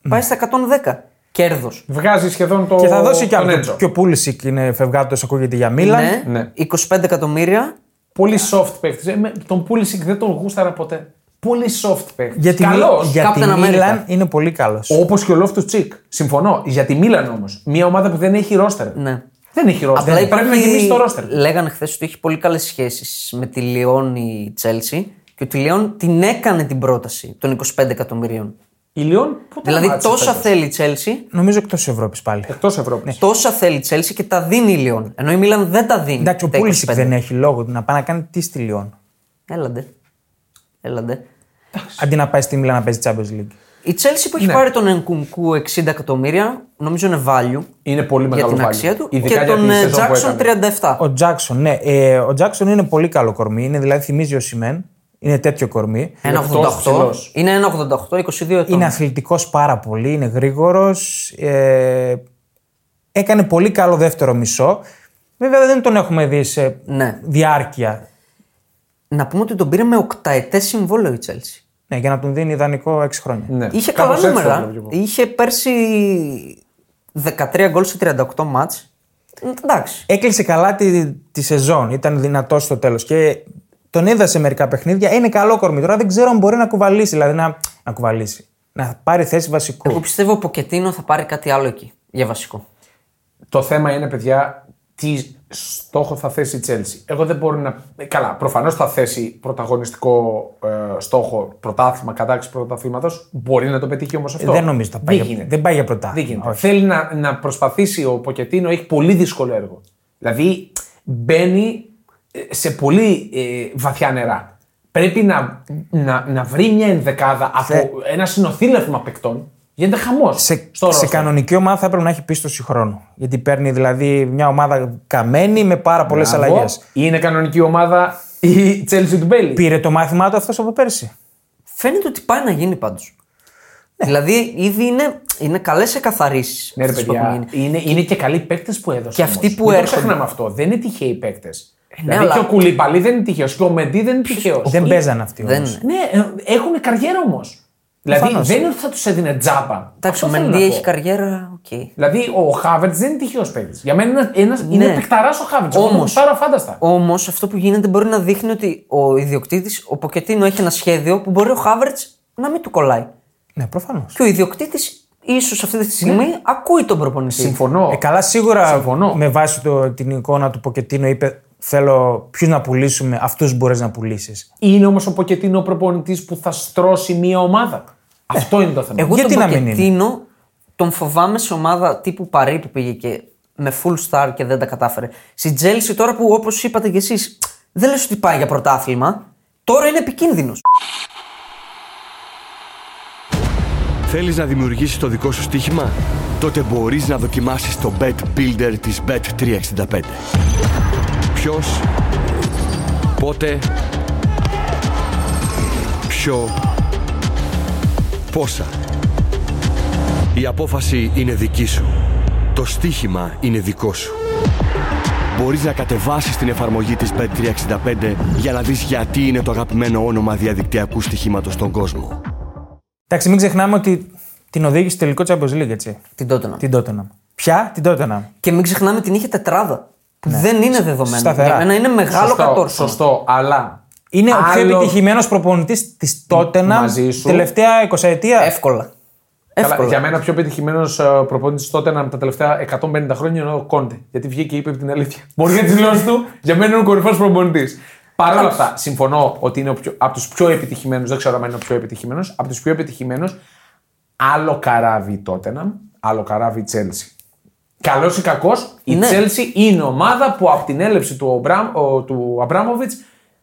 Speaker 2: Ναι.
Speaker 3: Πάει στα 110. Κέρδος.
Speaker 2: Βγάζει σχεδόν το.
Speaker 1: και θα δώσει κι
Speaker 2: τον
Speaker 1: άλλο.
Speaker 2: Έντζο.
Speaker 1: Και ο Πούλησικ είναι φευγάτος, ακούγεται για Μίλαν.
Speaker 3: Ναι,
Speaker 2: ναι.
Speaker 3: 25 εκατομμύρια.
Speaker 2: Πολύ soft παίχτη. Τον Πούλησικ δεν τον γούσταρα ποτέ. Πολύ soft παίχτης.
Speaker 1: Για τη,
Speaker 2: Καλό.
Speaker 1: Μι- για τη
Speaker 3: Captain America.
Speaker 1: Μίλαν είναι πολύ καλός.
Speaker 2: Όπως και ο Λόφτου Τσικ. Συμφωνώ. Για τη Μίλαν όμως. Μια ομάδα που δεν έχει ρόστερ.
Speaker 3: Ναι.
Speaker 2: Δεν έχει ρόστερ. Πρέπει να
Speaker 3: υπάρχει-
Speaker 2: γεμίσει το ρόστερ.
Speaker 3: Λέγανε χθες ότι έχει πολύ καλές σχέσεις με τη Λιόν η Τσέλσι και ότι η Λιόν την έκανε την πρόταση των 25 εκατομμυρίων.
Speaker 2: Η Λιόν πού
Speaker 3: δηλαδή τόσα Ναι. θέλει η Τσέλσι,
Speaker 1: Νομίζω εκτός Ευρώπης πάλι.
Speaker 3: Ε,
Speaker 2: Εκτό Ευρώπη.
Speaker 3: τόσα θέλει η Τσέλσι και τα δίνει η Λιόν. Ενώ η Μίλαν δεν τα δίνει.
Speaker 1: Εντάξει, ο
Speaker 3: τα
Speaker 1: Πούλησικ
Speaker 3: 25.
Speaker 1: δεν έχει λόγο να πάει να κάνει τι στη Λιόν.
Speaker 3: Έλαντε. Έλαντε.
Speaker 1: Αντί να πάει στη Μίλαν να παίζει Champions League.
Speaker 3: Η Τσέλσι που
Speaker 2: Ναι.
Speaker 3: έχει πάρει τον Ενκουνκού 60 εκατομμύρια, νομίζω είναι value
Speaker 2: Είναι πολύ
Speaker 3: για
Speaker 2: μεγάλο
Speaker 3: την
Speaker 2: value.
Speaker 3: αξία του.
Speaker 2: Ειδικά
Speaker 3: και
Speaker 2: για
Speaker 3: τον
Speaker 2: τη
Speaker 3: ε,
Speaker 2: σεζόν που
Speaker 3: Jackson
Speaker 2: έκανε.
Speaker 3: 37.
Speaker 1: Ο Τζάξον, ναι. Ε, ο Τζάξον είναι πολύ καλό κορμί. Είναι δηλαδή θυμίζει ο Σιμέν. Είναι τέτοιο κορμί.
Speaker 3: Ένα
Speaker 2: λεπτός
Speaker 3: 88.
Speaker 2: ψηλός.
Speaker 3: Είναι ένα 88, 22 ετών.
Speaker 1: Είναι αθλητικός πάρα πολύ, είναι γρήγορος. Ε, έκανε πολύ καλό δεύτερο μισό. Βέβαια δεν τον έχουμε δει σε
Speaker 3: Ναι.
Speaker 1: διάρκεια.
Speaker 3: Να πούμε ότι τον πήρε με οκταετές συμβόλαιο η Chelsea.
Speaker 1: Ναι, για να τον δίνει ιδανικό 6 χρόνια.
Speaker 2: Ναι.
Speaker 3: Είχε
Speaker 2: Κάπως
Speaker 3: καλά
Speaker 2: έτσι το
Speaker 3: νούμερα.
Speaker 2: βλέπω κι εγώ.
Speaker 3: Είχε πέρσι 13 γκολ σε 38 μάτς. Ε, Εντάξει.
Speaker 1: Έκλεισε καλά τη, τη σεζόν, ήταν δυνατός στο τέλος. Και τον είδα σε μερικά παιχνίδια. Είναι καλό κορμί. Τώρα δεν ξέρω αν μπορεί να κουβαλήσει, δηλαδή να, να κουβαλήσει. Να πάρει θέση βασικού.
Speaker 3: Εγώ πιστεύω ο Ποκετίνο θα πάρει κάτι άλλο εκεί για βασικό.
Speaker 2: Το θέμα είναι, παιδιά, τι στόχο θα θέσει η Chelsea. Εγώ δεν μπορώ να. ε, Καλά, προφανώς θα θέσει πρωταγωνιστικό ε, στόχο πρωτάθλημα, κατάξυση πρωταθλήματος. Μπορεί να το πετύχει όμως αυτό.
Speaker 1: Ε, δεν νομίζω θα πάει,
Speaker 2: Δεν
Speaker 1: για-
Speaker 2: γίνεται.
Speaker 1: δεν πάει για
Speaker 2: Δεν
Speaker 1: πρωτάθλημα.
Speaker 2: γίνεται.
Speaker 1: όχι.
Speaker 2: Θέλει να, να προσπαθήσει ο Ποκετίνο, έχει πολύ δύσκολο έργο. Δηλαδή μπαίνει ε, σε πολύ ε, βαθιά νερά. Πρέπει να, να, να βρει μια ενδεκάδα από ένα συνοθήλευμα παικτών. Γίνεται χαμός.
Speaker 1: σε, σε κανονική ομάδα θα έπρεπε να έχει πίστοση χρόνου. Γιατί παίρνει δηλαδή μια ομάδα καμένη με πάρα πολλές αλλαγές.
Speaker 2: Είναι κανονική ομάδα η Chelsea του Μπέλη.
Speaker 1: Πήρε το μάθημά του αυτός από πέρσι.
Speaker 3: Φαίνεται ότι πάει να γίνει πάντως. Δηλαδή ήδη είναι, είναι καλές εκαθαρίσεις.
Speaker 2: Ναι, ρε παιδιά, είναι, είναι και καλοί παίκτες που έδωσαν.
Speaker 3: Και αυτοί
Speaker 2: όμως.
Speaker 3: που
Speaker 2: Μην
Speaker 3: έρχονται. Ε, ναι,
Speaker 2: Το ξεχνάμε αυτό. Δεν είναι τυχαίοι παίκτες. δηλαδή
Speaker 3: αλλά-
Speaker 2: και ο Κουλιπαλή δεν είναι τυχαίος και ο Μεντί δεν είναι τυχαίο.
Speaker 1: Δεν παίζαν αυτοί
Speaker 3: Δεν
Speaker 1: όμως.
Speaker 3: είναι.
Speaker 2: Ναι, ε, έχουν καριέρα όμως. Δηλαδή
Speaker 1: Προφανώς.
Speaker 2: δεν είναι ότι θα τους έδινε τζάμπα.
Speaker 3: Εντάξει,
Speaker 2: Αυτό
Speaker 3: ο
Speaker 2: θέλω
Speaker 3: Μεντί
Speaker 2: να
Speaker 3: έχει
Speaker 2: πω.
Speaker 3: καριέρα. Οκ.
Speaker 2: Δηλαδή ο Χάβερτ δεν είναι τυχαίος παίκτης. Για μένα είναι, ένας, είναι παικταρά ο Χάβερτ. Όμω.
Speaker 3: Ναι. Όμως-
Speaker 2: Πάρα φάνταστα.
Speaker 3: Όμως αυτό που γίνεται μπορεί να δείχνει ότι ο ιδιοκτήτης, ο Ποκετίνο, έχει ένα σχέδιο που μπορεί ο Χάβερτ να μην του κολλάει.
Speaker 1: Ναι, προφανώς.
Speaker 3: Και ο ιδιοκτήτης, ίσως αυτή τη στιγμή, ακούει τον προπονητή.
Speaker 2: Συμφωνώ.
Speaker 1: Ε, καλά, σίγουρα
Speaker 2: Συμφωνώ.
Speaker 1: με βάση το, την εικόνα του Ποκετίνο είπε: Θέλω ποιους να πουλήσουμε, αυτούς μπορείς να πουλήσεις.
Speaker 2: Είναι όμως ο Ποκετίνο προπονητής που θα στρώσει μία ομάδα. Αυτό είναι το θέμα.
Speaker 3: Ε, Εγώ
Speaker 1: Γιατί
Speaker 3: τον
Speaker 1: να μην είναι?
Speaker 3: Ποκετίνο τον φοβάμαι σε ομάδα τύπου Παρή που πήγε και με full star και δεν τα κατάφερε. Στη Τζέλση τώρα που όπως είπατε κι εσείς, δεν λες ότι πάει για πρωτάθλημα, τώρα είναι επικίνδυνος.
Speaker 4: Θέλεις να δημιουργήσεις το δικό σου στοίχημα? Τότε μπορείς να δοκιμάσεις το Bet Builder της Bet365. Ποιος, πότε, ποιο, πόσα. Η απόφαση είναι δική σου. Το στοίχημα είναι δικό σου. Μπορείς να κατεβάσεις την εφαρμογή της Bet365 για να δεις γιατί είναι το αγαπημένο όνομα διαδικτυακού στοιχήματος στον κόσμο.
Speaker 1: Εντάξει, μην ξεχνάμε ότι την οδήγησε στο τελικό Champions League, έτσι.
Speaker 3: Την Tottenham.
Speaker 1: Την Tottenham. Ποια, την Tottenham.
Speaker 3: Και μην ξεχνάμε την είχε τετράδα. Που δεν είναι δεδομένο.
Speaker 1: σταθερά.
Speaker 3: Για μένα είναι μεγάλο
Speaker 2: Σωστό,
Speaker 3: κατόρθωμα.
Speaker 2: σωστό, αλλά.
Speaker 1: Είναι ο πιο
Speaker 2: άλλο-
Speaker 1: επιτυχημένος προπονητής της
Speaker 2: Μαζί
Speaker 1: Tottenham
Speaker 2: σου.
Speaker 1: τελευταία 20 ετία.
Speaker 3: Εύκολα.
Speaker 2: Καλά,
Speaker 3: Εύκολα.
Speaker 2: για μένα ο πιο πετυχημένο προπονητή τότε να τα τελευταία 150 χρόνια είναι ο Κόντε. Γιατί βγήκε και είπε την αλήθεια. <laughs> Μπορεί να τη δηλώσει του, για μένα είναι ο κορυφαίος προπονητής. Παρ' όλα αυτά, συμφωνώ ότι είναι από τους πιο επιτυχημένους, δεν ξέρω αν είναι ο πιο επιτυχημένος, από τους πιο επιτυχημένους, άλλο καράβι τότε να, άλλο καράβι η Τσέλσι. Καλός ή κακός, η
Speaker 3: Ναι.
Speaker 2: Τσέλσι είναι ομάδα που από την έλευση του, Ομπραμ- ο- του Αμπράμοβιτ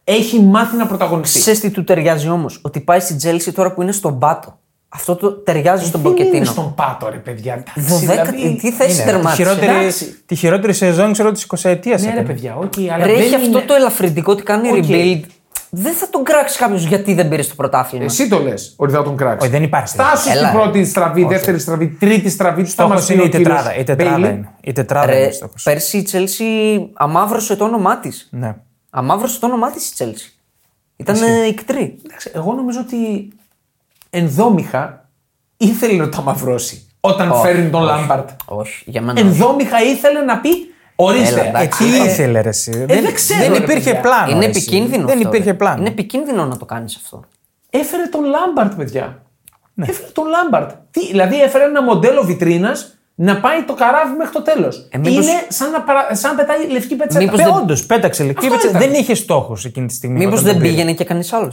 Speaker 2: έχει μάθει να πρωταγωνιστεί.
Speaker 3: Ξέρεις τι του ταιριάζει όμως, ότι πάει στη Τζέλση τώρα που είναι στον πάτο. Αυτό το ταιριάζει στον
Speaker 2: Δεν είναι
Speaker 3: Ποκετίνο.
Speaker 2: στον πάτο, ρε παιδιά. εντάξει,
Speaker 3: Δωδέκατη,
Speaker 2: δηλαδή-
Speaker 3: τι θέση
Speaker 1: Τη
Speaker 3: τερμάτισες.
Speaker 1: χειρότερη,
Speaker 2: Εντάξει.
Speaker 1: τη χειρότερη σεζόν ξέρω της 20 ετία.
Speaker 2: Ναι, ρε παιδιά, οκ, αλλά
Speaker 3: Ρε,
Speaker 2: δεν
Speaker 3: έχει αυτό
Speaker 2: είναι-
Speaker 3: το ελαφρυντικό ότι κάνει
Speaker 2: Οκ.
Speaker 3: rebuild. Δεν θα τον κράξεις κάποιος γιατί δεν πήρες το πρωτάθλημα.
Speaker 2: Εσύ το λες ότι θα τον κράξεις.
Speaker 1: Όχι, δεν υπάρχει.
Speaker 2: Στάσου
Speaker 3: Έλα,
Speaker 2: στην
Speaker 3: ρε.
Speaker 2: πρώτη στραβή, δεύτερη στραβή, τρίτη στραβή. του θα
Speaker 1: Στόχος
Speaker 2: μας πει
Speaker 1: είναι
Speaker 2: ο
Speaker 1: η
Speaker 2: κύριος
Speaker 1: τετράδα. Η τετράδα
Speaker 2: Μπέιλι.
Speaker 1: είναι. Η τετράδα
Speaker 3: Ρε,
Speaker 1: είναι ο στόχος.
Speaker 3: πέρσι η Τσέλση αμαύρωσε το όνομά της.
Speaker 1: Ναι.
Speaker 3: Αμαύρωσε το όνομά της η Τσέλση. Ήταν ε, ικτρή.
Speaker 2: Εντάξει, Εγώ νομίζω ότι ενδόμηχα ήθελε να τα μαυρώσει όταν φέρνει τον Λάμπαρτ.
Speaker 3: Όχι, για μένα. όχι.
Speaker 2: Ενδόμηχα ήθελε να πει ορίστε.
Speaker 3: Έλα, εντάξει.
Speaker 1: Ε, τι ήθελε ρε, εσύ.
Speaker 3: ε,
Speaker 2: δεν ξέρω,
Speaker 1: δεν
Speaker 2: ρε,
Speaker 1: υπήρχε
Speaker 2: παιδιά.
Speaker 1: πλάνο.
Speaker 3: Είναι
Speaker 1: ρε, εσύ.
Speaker 3: επικίνδυνο.
Speaker 1: Δεν
Speaker 3: αυτό, ρε.
Speaker 1: υπήρχε πλάνο.
Speaker 3: Είναι επικίνδυνο να το κάνεις αυτό.
Speaker 2: Έφερε τον Λάμπαρτ, παιδιά.
Speaker 3: Ναι.
Speaker 2: Έφερε τον Λάμπαρτ. Τι, δηλαδή έφερε ένα μοντέλο βιτρίνας να πάει το καράβι μέχρι το τέλος.
Speaker 3: Ε, μήπως-
Speaker 2: Είναι σαν να, παρα... σαν να πετάει λευκή πετσέτα.
Speaker 3: Μήπως
Speaker 2: Πε-
Speaker 1: Ε,
Speaker 3: δεν-
Speaker 1: όντως, πέταξε λευκή.
Speaker 2: Αυτό
Speaker 1: πέταξε.
Speaker 2: ήταν.
Speaker 1: Δεν είχε στόχος εκείνη τη στιγμή.
Speaker 3: Μήπως
Speaker 1: όταν
Speaker 3: δεν
Speaker 1: τον πήρε.
Speaker 3: πήγαινε Ε, και κανείς άλλος.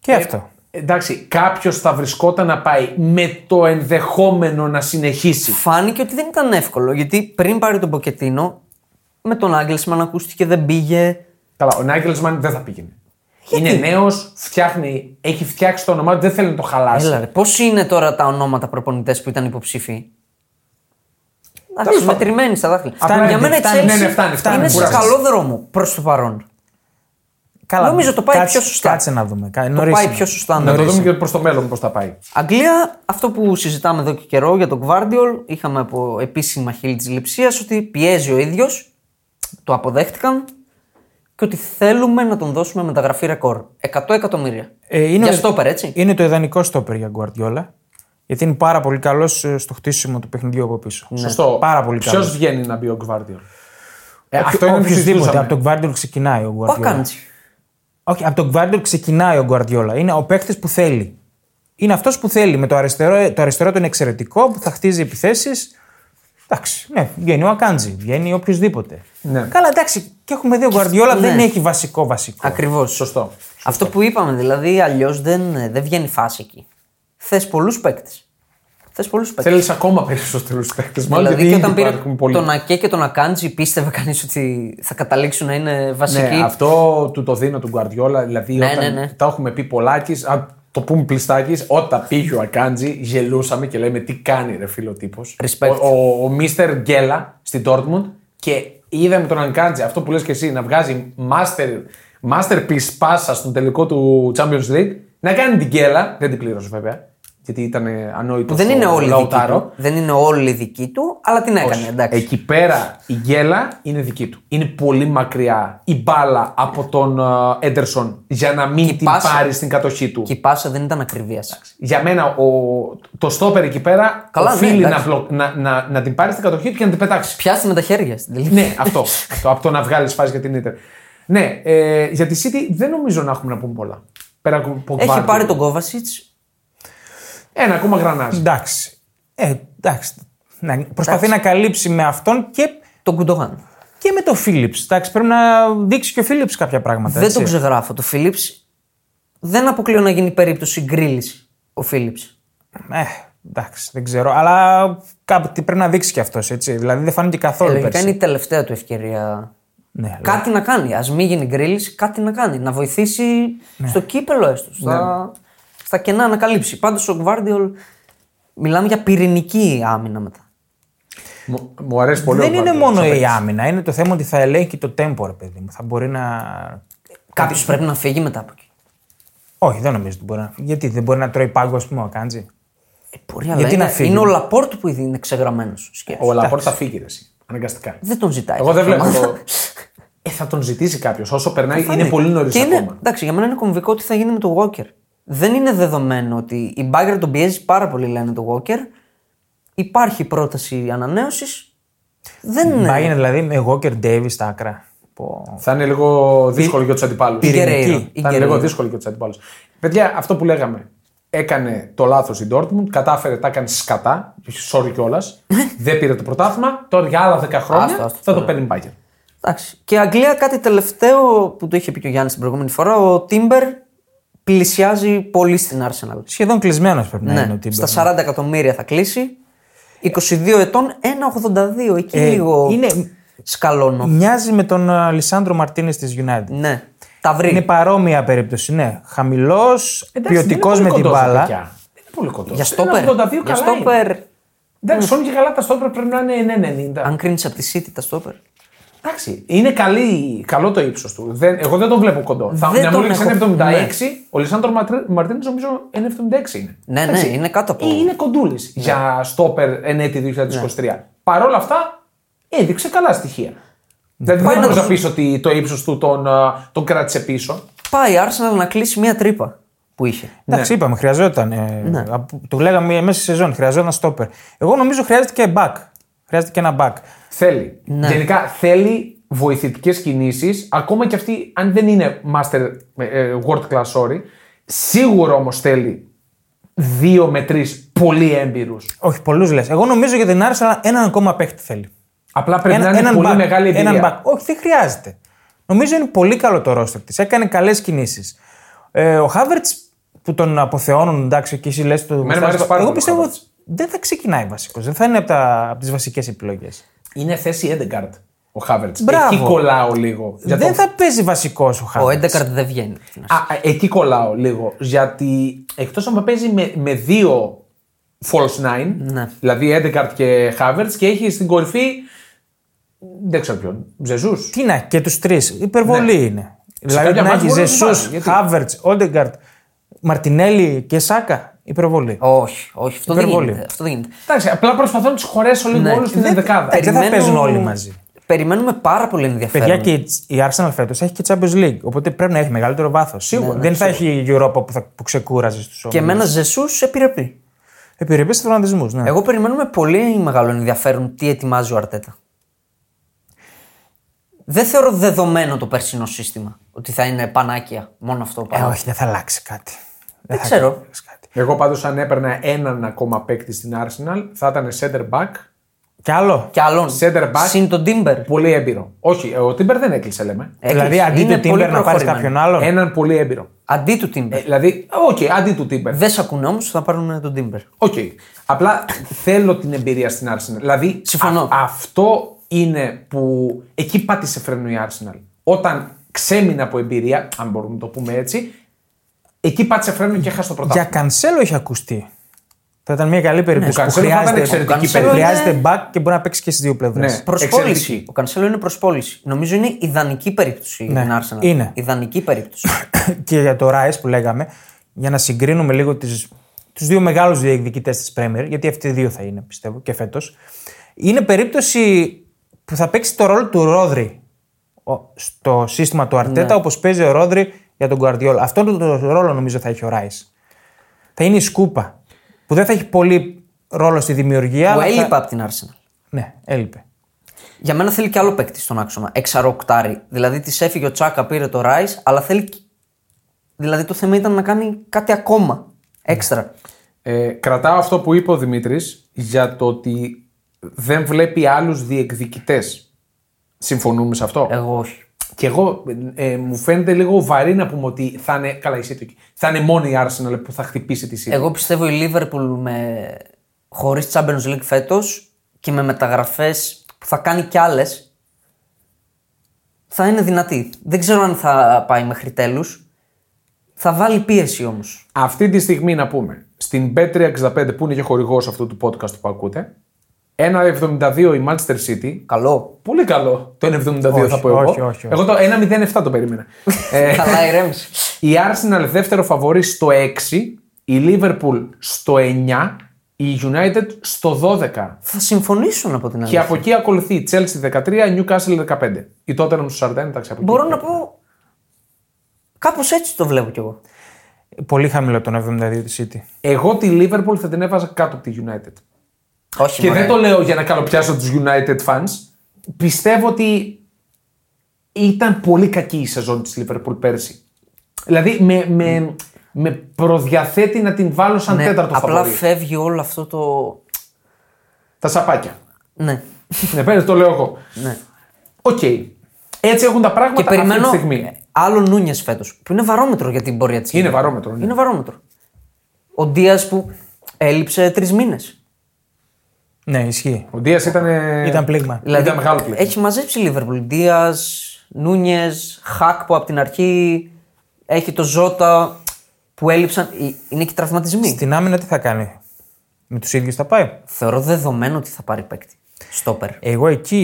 Speaker 1: Και αυτό.
Speaker 2: Εντάξει, κάποιος θα βρισκόταν να πάει με το ενδεχόμενο να συνεχίσει.
Speaker 3: Φάνηκε ότι δεν ήταν εύκολο γιατί πριν πάρει τον Ποκετίνο με τον Άγγελσμαν ακούστηκε δεν πήγε.
Speaker 2: Καλά, ο Νάγκελσμαν δεν θα πήγαινε. Είναι νέος, φτιάχνει, έχει φτιάξει το όνομά του, δεν θέλει να το χαλάσει.
Speaker 3: Έλα ρε, πώς είναι τώρα τα ονόματα προπονητές που ήταν υποψήφοι. Εντάξει,
Speaker 2: πάντων.
Speaker 3: μετρημένοι στα δάχτυλα.
Speaker 2: Απλά
Speaker 3: για
Speaker 2: είναι-
Speaker 3: μένα η
Speaker 2: φτάνει, ναι,
Speaker 3: Chelsea
Speaker 2: ναι, φτάνει, φτάνει,
Speaker 3: είναι σε
Speaker 2: κουράζεις.
Speaker 3: καλό δρόμο προς το παρόν.
Speaker 1: Καλά,
Speaker 3: Νομίζω το πάει
Speaker 1: κάτσε-
Speaker 3: πιο σωστά.
Speaker 1: Κάτσε να δούμε. Κα-
Speaker 3: Το
Speaker 1: νωρίς
Speaker 3: πάει
Speaker 1: είναι.
Speaker 3: πιο σωστά.
Speaker 2: να το
Speaker 3: νομίζω.
Speaker 2: δούμε και προς το μέλλον πώς θα πάει.
Speaker 3: Ναι, Αγγλία, αυτό που συζητάμε εδώ και καιρό για τον Guardiol, είχαμε από επίσημα χείλη της ληψία ότι πιέζει ο ίδιος, το αποδέχτηκαν και ότι θέλουμε να τον δώσουμε μεταγραφή ρεκόρ. 100 εκατομμύρια.
Speaker 1: Ε, είναι
Speaker 3: για
Speaker 1: ο-
Speaker 3: στόπερ, έτσι.
Speaker 1: Είναι το ιδανικό στόπερ για Γκουαρδιόλα. Γιατί είναι πάρα πολύ καλός στο χτίσιμο του παιχνιδιού από πίσω.
Speaker 3: Ναι.
Speaker 2: Σωστό.
Speaker 1: Πάρα πολύ
Speaker 2: Ποιος
Speaker 1: καλός.
Speaker 2: βγαίνει να μπει ο Ε, Γκβάρντιο.
Speaker 1: Αυτό είναι οποιοδήποτε. Από τον Γκουαρδιόλα ξεκινάει ο
Speaker 3: Ο
Speaker 1: Γκουαρδιόλα.
Speaker 3: Ακάντζη.
Speaker 1: Όχι, από τον Γκουάρντιολ ξεκινάει ο Γκουαρδιόλα. Είναι ο παίκτης που θέλει. Είναι αυτός που θέλει. Με το αριστερό, ε, το αριστερό του είναι εξαιρετικό, που θα χτίζει επιθέσεις. Εντάξει, ναι, βγαίνει ο Ακάντζη, βγαίνει οποιοδήποτε.
Speaker 2: Ναι.
Speaker 1: Καλά, εντάξει, και έχουμε δει ο Γκουαρδιόλα
Speaker 3: ναι.
Speaker 1: δεν έχει βασικό βασικό.
Speaker 3: Ακριβώς.
Speaker 2: Σωστό.
Speaker 3: Αυτό που είπαμε, δηλαδή, αλλιώς δεν, δεν βγαίνει φάση εκεί. Θες πολλούς παίκτες. Θες πολλούς παίκτες.
Speaker 2: Θέλεις ακόμα περισσότερους παίκτες. Μάλλον
Speaker 3: Δηλαδή, και
Speaker 2: γιατί
Speaker 3: όταν
Speaker 2: ήδη
Speaker 3: πήρε
Speaker 2: υπάρχουν πολλοί.
Speaker 3: τον Ακέ και τον Ακάντζη, πίστευε κανείς ότι θα καταλήξουν να είναι βασικοί.
Speaker 2: Ναι, αυτό του το δίνω του Γκουαρδιόλα. Δηλαδή,
Speaker 3: Ναι,
Speaker 2: όταν
Speaker 3: ναι, ναι.
Speaker 2: τα έχουμε πει πολλάκις, το πούμε πλιστάκι, όταν πήγε ο Ακάντζη, γελούσαμε και λέμε τι κάνει ρε φίλο τύπος.
Speaker 3: Respect.
Speaker 2: Ο, ο, ο Μίστερ Γκέλα στην Dortmund και είδαμε τον Ακάντζη, αυτό που λες και εσύ, να βγάζει master, masterpiece πάσα στον τελικό του Champions League, να κάνει την Γκέλα. Δεν την πλήρωσε βέβαια. Γιατί ήταν ε, ανόητος.
Speaker 3: δεν, είναι όλοι δικοί του, δεν είναι όλοι δικοί του, αλλά την έκανε. Εντάξει.
Speaker 2: Εκεί πέρα η γέλα είναι δική του. Είναι πολύ μακριά η μπάλα από τον ε, Έντερσον για να μην
Speaker 3: η
Speaker 2: την
Speaker 3: πάσα-
Speaker 2: πάρει στην κατοχή του.
Speaker 3: Και η πάσα δεν ήταν ακριβία.
Speaker 2: Για μένα ο, το στόπερ εκεί πέρα
Speaker 3: Καλά, ναι,
Speaker 2: οφείλει να,
Speaker 3: εντάξει.
Speaker 2: μπλο- να, να, να την πάρει στην κατοχή του και να την πετάξει.
Speaker 3: Πιάστη με τα χέρια στην τελική.
Speaker 2: ναι, αυτό. αυτό. Από το να βγάλεις φάση για την Ιντερ. Ναι, ε, για τη City δεν νομίζω να έχουμε να πούμε πολλά. Πέρα από
Speaker 3: Έχει
Speaker 2: Κβάρντιο.
Speaker 3: πάρει τον Κόβασιτ.
Speaker 2: Ένα ακόμα γρανάζ.
Speaker 1: Εντάξει. Ε, εντάξει. Να, προσπαθεί να καλύψει με αυτόν και,
Speaker 3: Τον Κουντογάν.
Speaker 1: και με τον Φίλιπ. Εντάξει, πρέπει να δείξει και ο Φίλιπ κάποια πράγματα.
Speaker 3: Δεν
Speaker 1: έτσι.
Speaker 3: τον ξεγράφω. Το Φίλιπ δεν αποκλείω να γίνει περίπτωση γκρίλης ο Φίλιπ.
Speaker 1: Ε, Εντάξει, δεν ξέρω. Αλλά κάτι πρέπει να δείξει κι αυτός. Δηλαδή δεν φάνηκε καθόλου
Speaker 3: Λογικά
Speaker 1: πέρσι.
Speaker 3: είναι η τελευταία του ευκαιρία.
Speaker 1: Ναι, αλλά-
Speaker 3: Κάτι να κάνει. Ας μην γίνει γκρίλης, κάτι να κάνει. Να βοηθήσει
Speaker 2: Ναι.
Speaker 3: στο κύπελο έστω. Στα, στα κενά να καλύψει. Πάντως ο Γκβάρντιολ μιλάμε για πυρηνική άμυνα μετά.
Speaker 2: Μου, μου αρέσει πολύ
Speaker 1: δεν
Speaker 2: ο
Speaker 1: είναι
Speaker 2: Γκουαρδιόλα.
Speaker 1: μόνο η άμυνα. Είναι το θέμα ότι θα ελέγχει το tempo, ρε παιδί μου. Θα μπορεί να.
Speaker 3: Κάποιος
Speaker 2: ναι.
Speaker 3: πρέπει να φύγει μετά από εκεί.
Speaker 1: Όχι, δεν νομίζω ότι μπορεί να. Γιατί δεν μπορεί να τρώει πάγκο, ας πούμε, ο Κάντζη.
Speaker 3: Ε, μπορεί, αλλά
Speaker 1: Γιατί
Speaker 3: είναι,
Speaker 1: να φύγει?
Speaker 3: είναι ο Λαπόρτ που ήδη είναι ξεγραμμένος.
Speaker 2: Ο Λαπόρτ θα φύγει ρε, εσύ. Αναγκαστικά.
Speaker 3: Δεν τον ζητάει.
Speaker 2: Εγώ δεν
Speaker 3: αυτή η
Speaker 2: βλέπω.
Speaker 3: ομάδα.
Speaker 2: το- Ε, θα τον ζητήσει κάποιος. Όσο περνάει, είναι
Speaker 3: Φανεί.
Speaker 2: πολύ
Speaker 3: Και
Speaker 2: νωρί
Speaker 3: είναι-
Speaker 2: ακόμα.
Speaker 3: Εντάξει, για μένα είναι κομβικό τι θα γίνει με τον Walker. Δεν είναι δεδομένο ότι η Μπάγκερ τον πιέζει πάρα πολύ, λένε τον Walker. Υπάρχει πρόταση ανανέωσης. Δεν είναι.
Speaker 1: Μπάγαινε δηλαδή με εγώ και Ντέιβι στα άκρα. Πω.
Speaker 2: Θα είναι λίγο δύσκολο για τους αντιπάλους.
Speaker 3: Η Guerreiro.
Speaker 1: πυρηνική.
Speaker 3: Η
Speaker 2: Θα είναι
Speaker 3: Guerreiro.
Speaker 2: λίγο δύσκολο για τους αντιπάλους. Παιδιά, αυτό που λέγαμε. Έκανε το λάθος η Dortmund, κατάφερε, τα έκανε σκατά. Sorry κιόλας.
Speaker 3: <laughs>
Speaker 2: δεν πήρε το πρωτάθλημα. Τώρα για άλλα 10 χρόνια
Speaker 3: Άστο, άστο,
Speaker 2: θα το
Speaker 3: τώρα.
Speaker 2: παίρνει η Bayern.
Speaker 3: Εντάξει. Και η Αγγλία κάτι τελευταίο που το είχε πει και ο Γιάννης την προηγούμενη φορά. Ο Τίμπερ πλησιάζει πολύ στην Arsenal.
Speaker 1: Σχεδόν κλεισμένος πρέπει να είναι ο
Speaker 3: Ναι,
Speaker 1: Τίμπερ.
Speaker 3: στα 40 εκατομμύρια θα κλείσει. 22 ετών, 1,82. Εκεί
Speaker 1: Ε,
Speaker 3: λίγο
Speaker 1: είναι- Ναι.
Speaker 3: σκαλώνω.
Speaker 1: Μοιάζει με τον ε, α, Λισάνδρο Μαρτίνες της United.
Speaker 3: Ναι, τα
Speaker 2: Ε.
Speaker 3: βρει.
Speaker 1: Είναι παρόμοια περίπτωση, ναι. Χαμηλός, ποιοτικό με την μπάλα.
Speaker 2: Δεν είναι πολύ κοντός.
Speaker 3: Για στόπερ. Για στόπερ.
Speaker 2: Εντάξει, όλοι και καλά τα στόπερ πρέπει να είναι 1,90.
Speaker 3: Αν κρίνεις από τη City τα στόπερ.
Speaker 2: Εντάξει, είναι καλή, καλό το ύψος του. Δεν, εγώ δεν τον βλέπω κοντό. Θα
Speaker 3: Δεν
Speaker 2: να μου
Speaker 3: τον
Speaker 2: λήξει
Speaker 3: έχω-
Speaker 2: 1,76.
Speaker 3: ναι.
Speaker 2: Ο Λισάντρο Μαρτίνες νομίζω 1,76 είναι.
Speaker 3: Ναι, ναι, είναι κάτω από- Ναι.
Speaker 2: Ε, είναι κοντούλης για στόπερ εν έτη 2023. Παρ' όλα αυτά έδειξε καλά στοιχεία. Δηλαδή
Speaker 3: Πάει
Speaker 2: δεν
Speaker 3: να
Speaker 2: μπορεί να
Speaker 3: το-
Speaker 2: πει ότι το ύψος του τον, α, τον κράτησε πίσω.
Speaker 3: Πάει η Arsenal να κλείσει μια τρύπα που είχε.
Speaker 2: Ναι.
Speaker 1: Εντάξει, είπαμε, χρειαζόταν. ε, από- Το λέγαμε μέσα στη σεζόν, χρειαζόταν στόπερ. Εγώ νομίζω χρειάζεται και back. Χρειάζεται και ένα back.
Speaker 2: Θέλει.
Speaker 1: Ναι.
Speaker 2: Γενικά θέλει βοηθητικές κινήσεις, ακόμα και αυτή αν δεν είναι master ε, ε, world class, sorry. Σίγουρα όμως θέλει δύο με τρεις πολύ έμπειρους.
Speaker 1: Όχι, πολλούς λες. Εγώ νομίζω για την Arsenal έναν ακόμα παίχτη θέλει.
Speaker 2: Απλά πρέπει να είναι
Speaker 1: έναν
Speaker 2: πολύ
Speaker 1: back,
Speaker 2: μεγάλη εμπειρία.
Speaker 1: έναν back. Όχι, δεν χρειάζεται. Νομίζω είναι πολύ καλό το ρόστερ της. Έκανε καλές κινήσεις. Ε, ο Χάβερτ που τον αποθεώνουν, εντάξει, και εσύ λες του.
Speaker 2: μου αρέσει πάρα
Speaker 1: Εγώ
Speaker 2: πολύ ο
Speaker 1: πιστεύω ότι
Speaker 2: Havertz.
Speaker 1: δεν θα ξεκινάει βασικός. Δεν θα είναι από, τα, από τις βασικές επιλογές.
Speaker 2: Είναι θέση Έντεγκαρτ ο Χάβερτ.
Speaker 1: Μπράβο.
Speaker 2: Εκεί κολλάω λίγο. Για
Speaker 1: Δεν
Speaker 2: το-
Speaker 1: θα παίζει βασικός ο
Speaker 3: Ο
Speaker 1: Χάβερτ.
Speaker 3: Έντεκαρτ δεν βγαίνει.
Speaker 2: Α, α, εκεί κολλάω λίγο. Γιατί εκτός αν παίζει με, με δύο false nine,
Speaker 3: Ναι.
Speaker 2: δηλαδή Έντεγκαρτ και Χάβερτ, και έχει στην κορυφή. Δεν ξέρω ποιον. Ζεζούς.
Speaker 1: Τι να, και τους τρεις. Υπερβολή
Speaker 2: Ναι.
Speaker 1: είναι. Δηλαδή
Speaker 2: κάποια
Speaker 1: να
Speaker 2: μάτς
Speaker 1: έχει
Speaker 2: μπορεί να τους
Speaker 1: Ζεσού,
Speaker 2: βάλει, γιατί?
Speaker 1: Χάβερτ, Όντεγκαρτ, Μαρτινέλli και Σάκα. Υπερβολή.
Speaker 3: Όχι, όχι, αυτό δεν,
Speaker 1: Υπερβολή.
Speaker 3: γίνεται, αυτό δεν γίνεται.
Speaker 2: Εντάξει, απλά προσπαθώ να τους χωρέσω λίγο
Speaker 3: Ναι.
Speaker 2: όλους στην δεκάδα.
Speaker 1: δεν θα παίζουν όλοι μαζί.
Speaker 3: Περιμένουμε πάρα πολύ ενδιαφέρον.
Speaker 1: Παιδιά, και η η Arsenal φέτος έχει και Champions League. Οπότε πρέπει να έχει μεγαλύτερο βάθος. Σίγουρα. Δεν θα έχει η Europa που, θα, που ξεκούραζε στους
Speaker 3: Και
Speaker 1: ώμου.
Speaker 3: εμένα Ζεσού επιρρεπεί.
Speaker 1: Επιρρεπείς στους τραυματισμούς. Ναι.
Speaker 3: Εγώ περιμένουμε πολύ μεγάλο ενδιαφέρον τι ετοιμάζει ο Αρτέτα. Δεν θεωρώ δεδομένο το περσινό σύστημα ότι θα είναι πανάκια. Μόνο αυτό.
Speaker 1: Ε,
Speaker 3: πάνω.
Speaker 1: όχι, δεν θα αλλάξει κάτι.
Speaker 3: δεν
Speaker 1: θα
Speaker 3: ξέρω.
Speaker 1: αλλάξει κάτι.
Speaker 2: Εγώ πάντως, αν έπαιρνα έναν ακόμα παίκτη στην Arsenal, θα ήταν center back.
Speaker 1: Κι άλλο.
Speaker 3: Και άλλον.
Speaker 2: Center back.
Speaker 3: Συν τον
Speaker 1: Ε,
Speaker 3: Τίμπερ.
Speaker 2: Πολύ έμπειρο. Όχι, ε, ο Τίμπερ δεν έκλεισε, λέμε.
Speaker 3: Ε,
Speaker 1: Δηλαδή αντί του Τίμπερ να πάρεις κάποιον άλλον.
Speaker 2: Έναν πολύ έμπειρο.
Speaker 3: Αντί του Τίμπερ.
Speaker 2: Ε, δηλαδή, οκ, αντί του Τίμπερ.
Speaker 3: Δεν σ' ακούνε όμως, θα πάρουν τον Τίμπερ.
Speaker 2: Οκ. Απλά θέλω την εμπειρία στην Arsenal. Δηλαδή,
Speaker 3: Συμφωνώ.
Speaker 2: α- αυτό είναι που. Εκεί πάτησε φρένο η Arsenal. Όταν ξέμεινε από εμπειρία, αν μπορούμε να το πούμε έτσι, εκεί πάτησε φρένο και έχασε
Speaker 1: Για
Speaker 2: το πρωτάθλημα.
Speaker 1: Κανσέλο είχε ακουστεί. Θα ήταν μια καλή περίπτωση. που
Speaker 2: Κανσέλο Ναι, θα ήταν
Speaker 1: χρειάζεται-
Speaker 2: εξαιρετική
Speaker 1: ο Κανσέλο
Speaker 2: περίπτωση.
Speaker 1: Χρειάζεται back και μπορεί να παίξει και στις δύο πλευρές.
Speaker 2: Ναι.
Speaker 3: Προσπόληση.
Speaker 2: Εξαιρετική.
Speaker 3: Ο Κανσέλο είναι προσπόληση. Νομίζω είναι ιδανική περίπτωση για την
Speaker 1: Ναι,
Speaker 3: Arsenal.
Speaker 1: είναι.
Speaker 3: Ιδανική περίπτωση.
Speaker 2: Ναι.
Speaker 1: <clears throat> και για το Ράε που λέγαμε, για να συγκρίνουμε λίγο τις, τους δύο μεγάλους διεκδικητές της Πρέμιερ, γιατί αυτοί οι δύο θα είναι πιστεύω και φέτος, είναι περίπτωση που θα παίξει το ρόλο του Ρόδρυ ο- στο σύστημα του Αρτέτα, όπως παίζει ο Ρόδρυ για τον Guardiola. Αυτόν τον ρόλο νομίζω θα έχει ο Ράις. Θα είναι η σκούπα, που δεν θα έχει πολύ ρόλο στη δημιουργία.
Speaker 3: που
Speaker 1: αλλά θα-
Speaker 3: έλειπα από την Arsenal.
Speaker 1: Ναι, έλειπε.
Speaker 3: Για μένα θέλει και άλλο παίκτη στον άξονα. Εξαροκτάρι. Δηλαδή της έφυγε ο Τσάκα, πήρε το Ράι, αλλά θέλει. και- Δηλαδή το θέμα ήταν να κάνει κάτι ακόμα. Έξτρα.
Speaker 2: Ε, κρατάω αυτό που είπε ο Δημήτρης για το ότι δεν βλέπει άλλους διεκδικητές. Συμφωνούμε σε
Speaker 1: Ε,
Speaker 2: αυτό.
Speaker 3: Εγώ όχι.
Speaker 2: Και εγώ ε, ε, μου φαίνεται λίγο βαρύ να πούμε ότι
Speaker 1: Ε,
Speaker 2: θα είναι. Καλά, η City. οκ. Θα είναι μόνο η Arsenal που θα χτυπήσει τη City.
Speaker 3: Εγώ πιστεύω η Liverpool με χωρίς Champions League φέτος και με μεταγραφές που θα κάνει κι άλλες, θα είναι δυνατή. Δεν ξέρω αν θα πάει μέχρι τέλους. Θα βάλει πίεση όμως.
Speaker 2: Αυτή τη στιγμή να πούμε, στην B365 που είναι και χορηγός αυτού του podcast που ακούτε, 1,72 η Manchester City.
Speaker 3: Καλό.
Speaker 2: Πολύ καλό το 1,72 θα πω εγώ.
Speaker 1: όχι, όχι, όχι.
Speaker 2: Εγώ το 1,07
Speaker 1: <laughs>
Speaker 2: το περίμενα. ε,
Speaker 3: <laughs> Καλά ηρέμησε.
Speaker 2: η Arsenal δεύτερο φαβορή στο 6, η Liverpool στο 9, η United στο 12.
Speaker 3: θα συμφωνήσουν από την
Speaker 2: Και
Speaker 3: άλλη.
Speaker 2: από εκεί ακολουθεί η Chelsea 13, η Newcastle 15. Η Tottenham στους 41, εντάξει. από εκεί.
Speaker 3: Μπορώ να πω. Κάπως έτσι το βλέπω κι εγώ.
Speaker 1: Πολύ χαμηλό τον 72 της City.
Speaker 2: Εγώ τη Liverpool θα την έβαζα κάτω από τη United.
Speaker 3: Όχι,
Speaker 2: Και
Speaker 3: μωρέ.
Speaker 2: δεν το λέω για να καλοπιάσω τους United fans. Πιστεύω ότι ήταν πολύ κακή η σεζόν της Liverpool πέρσι. Δηλαδή με, με, με προδιαθέτει να την βάλω σαν
Speaker 3: Ναι,
Speaker 2: τέταρτο
Speaker 3: Απλά
Speaker 2: φαβορή.
Speaker 3: φεύγει όλο αυτό το.
Speaker 2: Τα σαπάκια.
Speaker 3: Ναι.
Speaker 2: ναι, πέρυσι το λέω εγώ.
Speaker 3: ναι.
Speaker 2: Οκ. Έτσι έχουν τα πράγματα
Speaker 3: Και περιμένω
Speaker 2: αυτή τη στιγμή.
Speaker 3: άλλο Νούνιες φέτος. Που είναι βαρόμετρο για την πορεία της.
Speaker 2: Είναι βαρόμετρο, ναι.
Speaker 3: Είναι βαρόμετρο. Ο Ντίας που έλειψε τρεις μήνες.
Speaker 1: Ναι, ισχύει.
Speaker 2: Ο Ντία ήταν. ε,
Speaker 1: Ήταν πλήγμα.
Speaker 2: ήταν μεγάλο πλήγμα.
Speaker 3: Δηλαδή, έχει μαζέψει η Λίβερπουλ. Ντία, Νούνιες, Χακ που από την αρχή έχει το Ζώτα που έλειψαν. Ε, Είναι και τραυματισμοί.
Speaker 1: Στην άμυνα τι θα κάνει. Με τους ίδιους θα πάει.
Speaker 3: Θεωρώ δεδομένο ότι θα πάρει παίκτη. Στόπερ.
Speaker 1: Εγώ εκεί,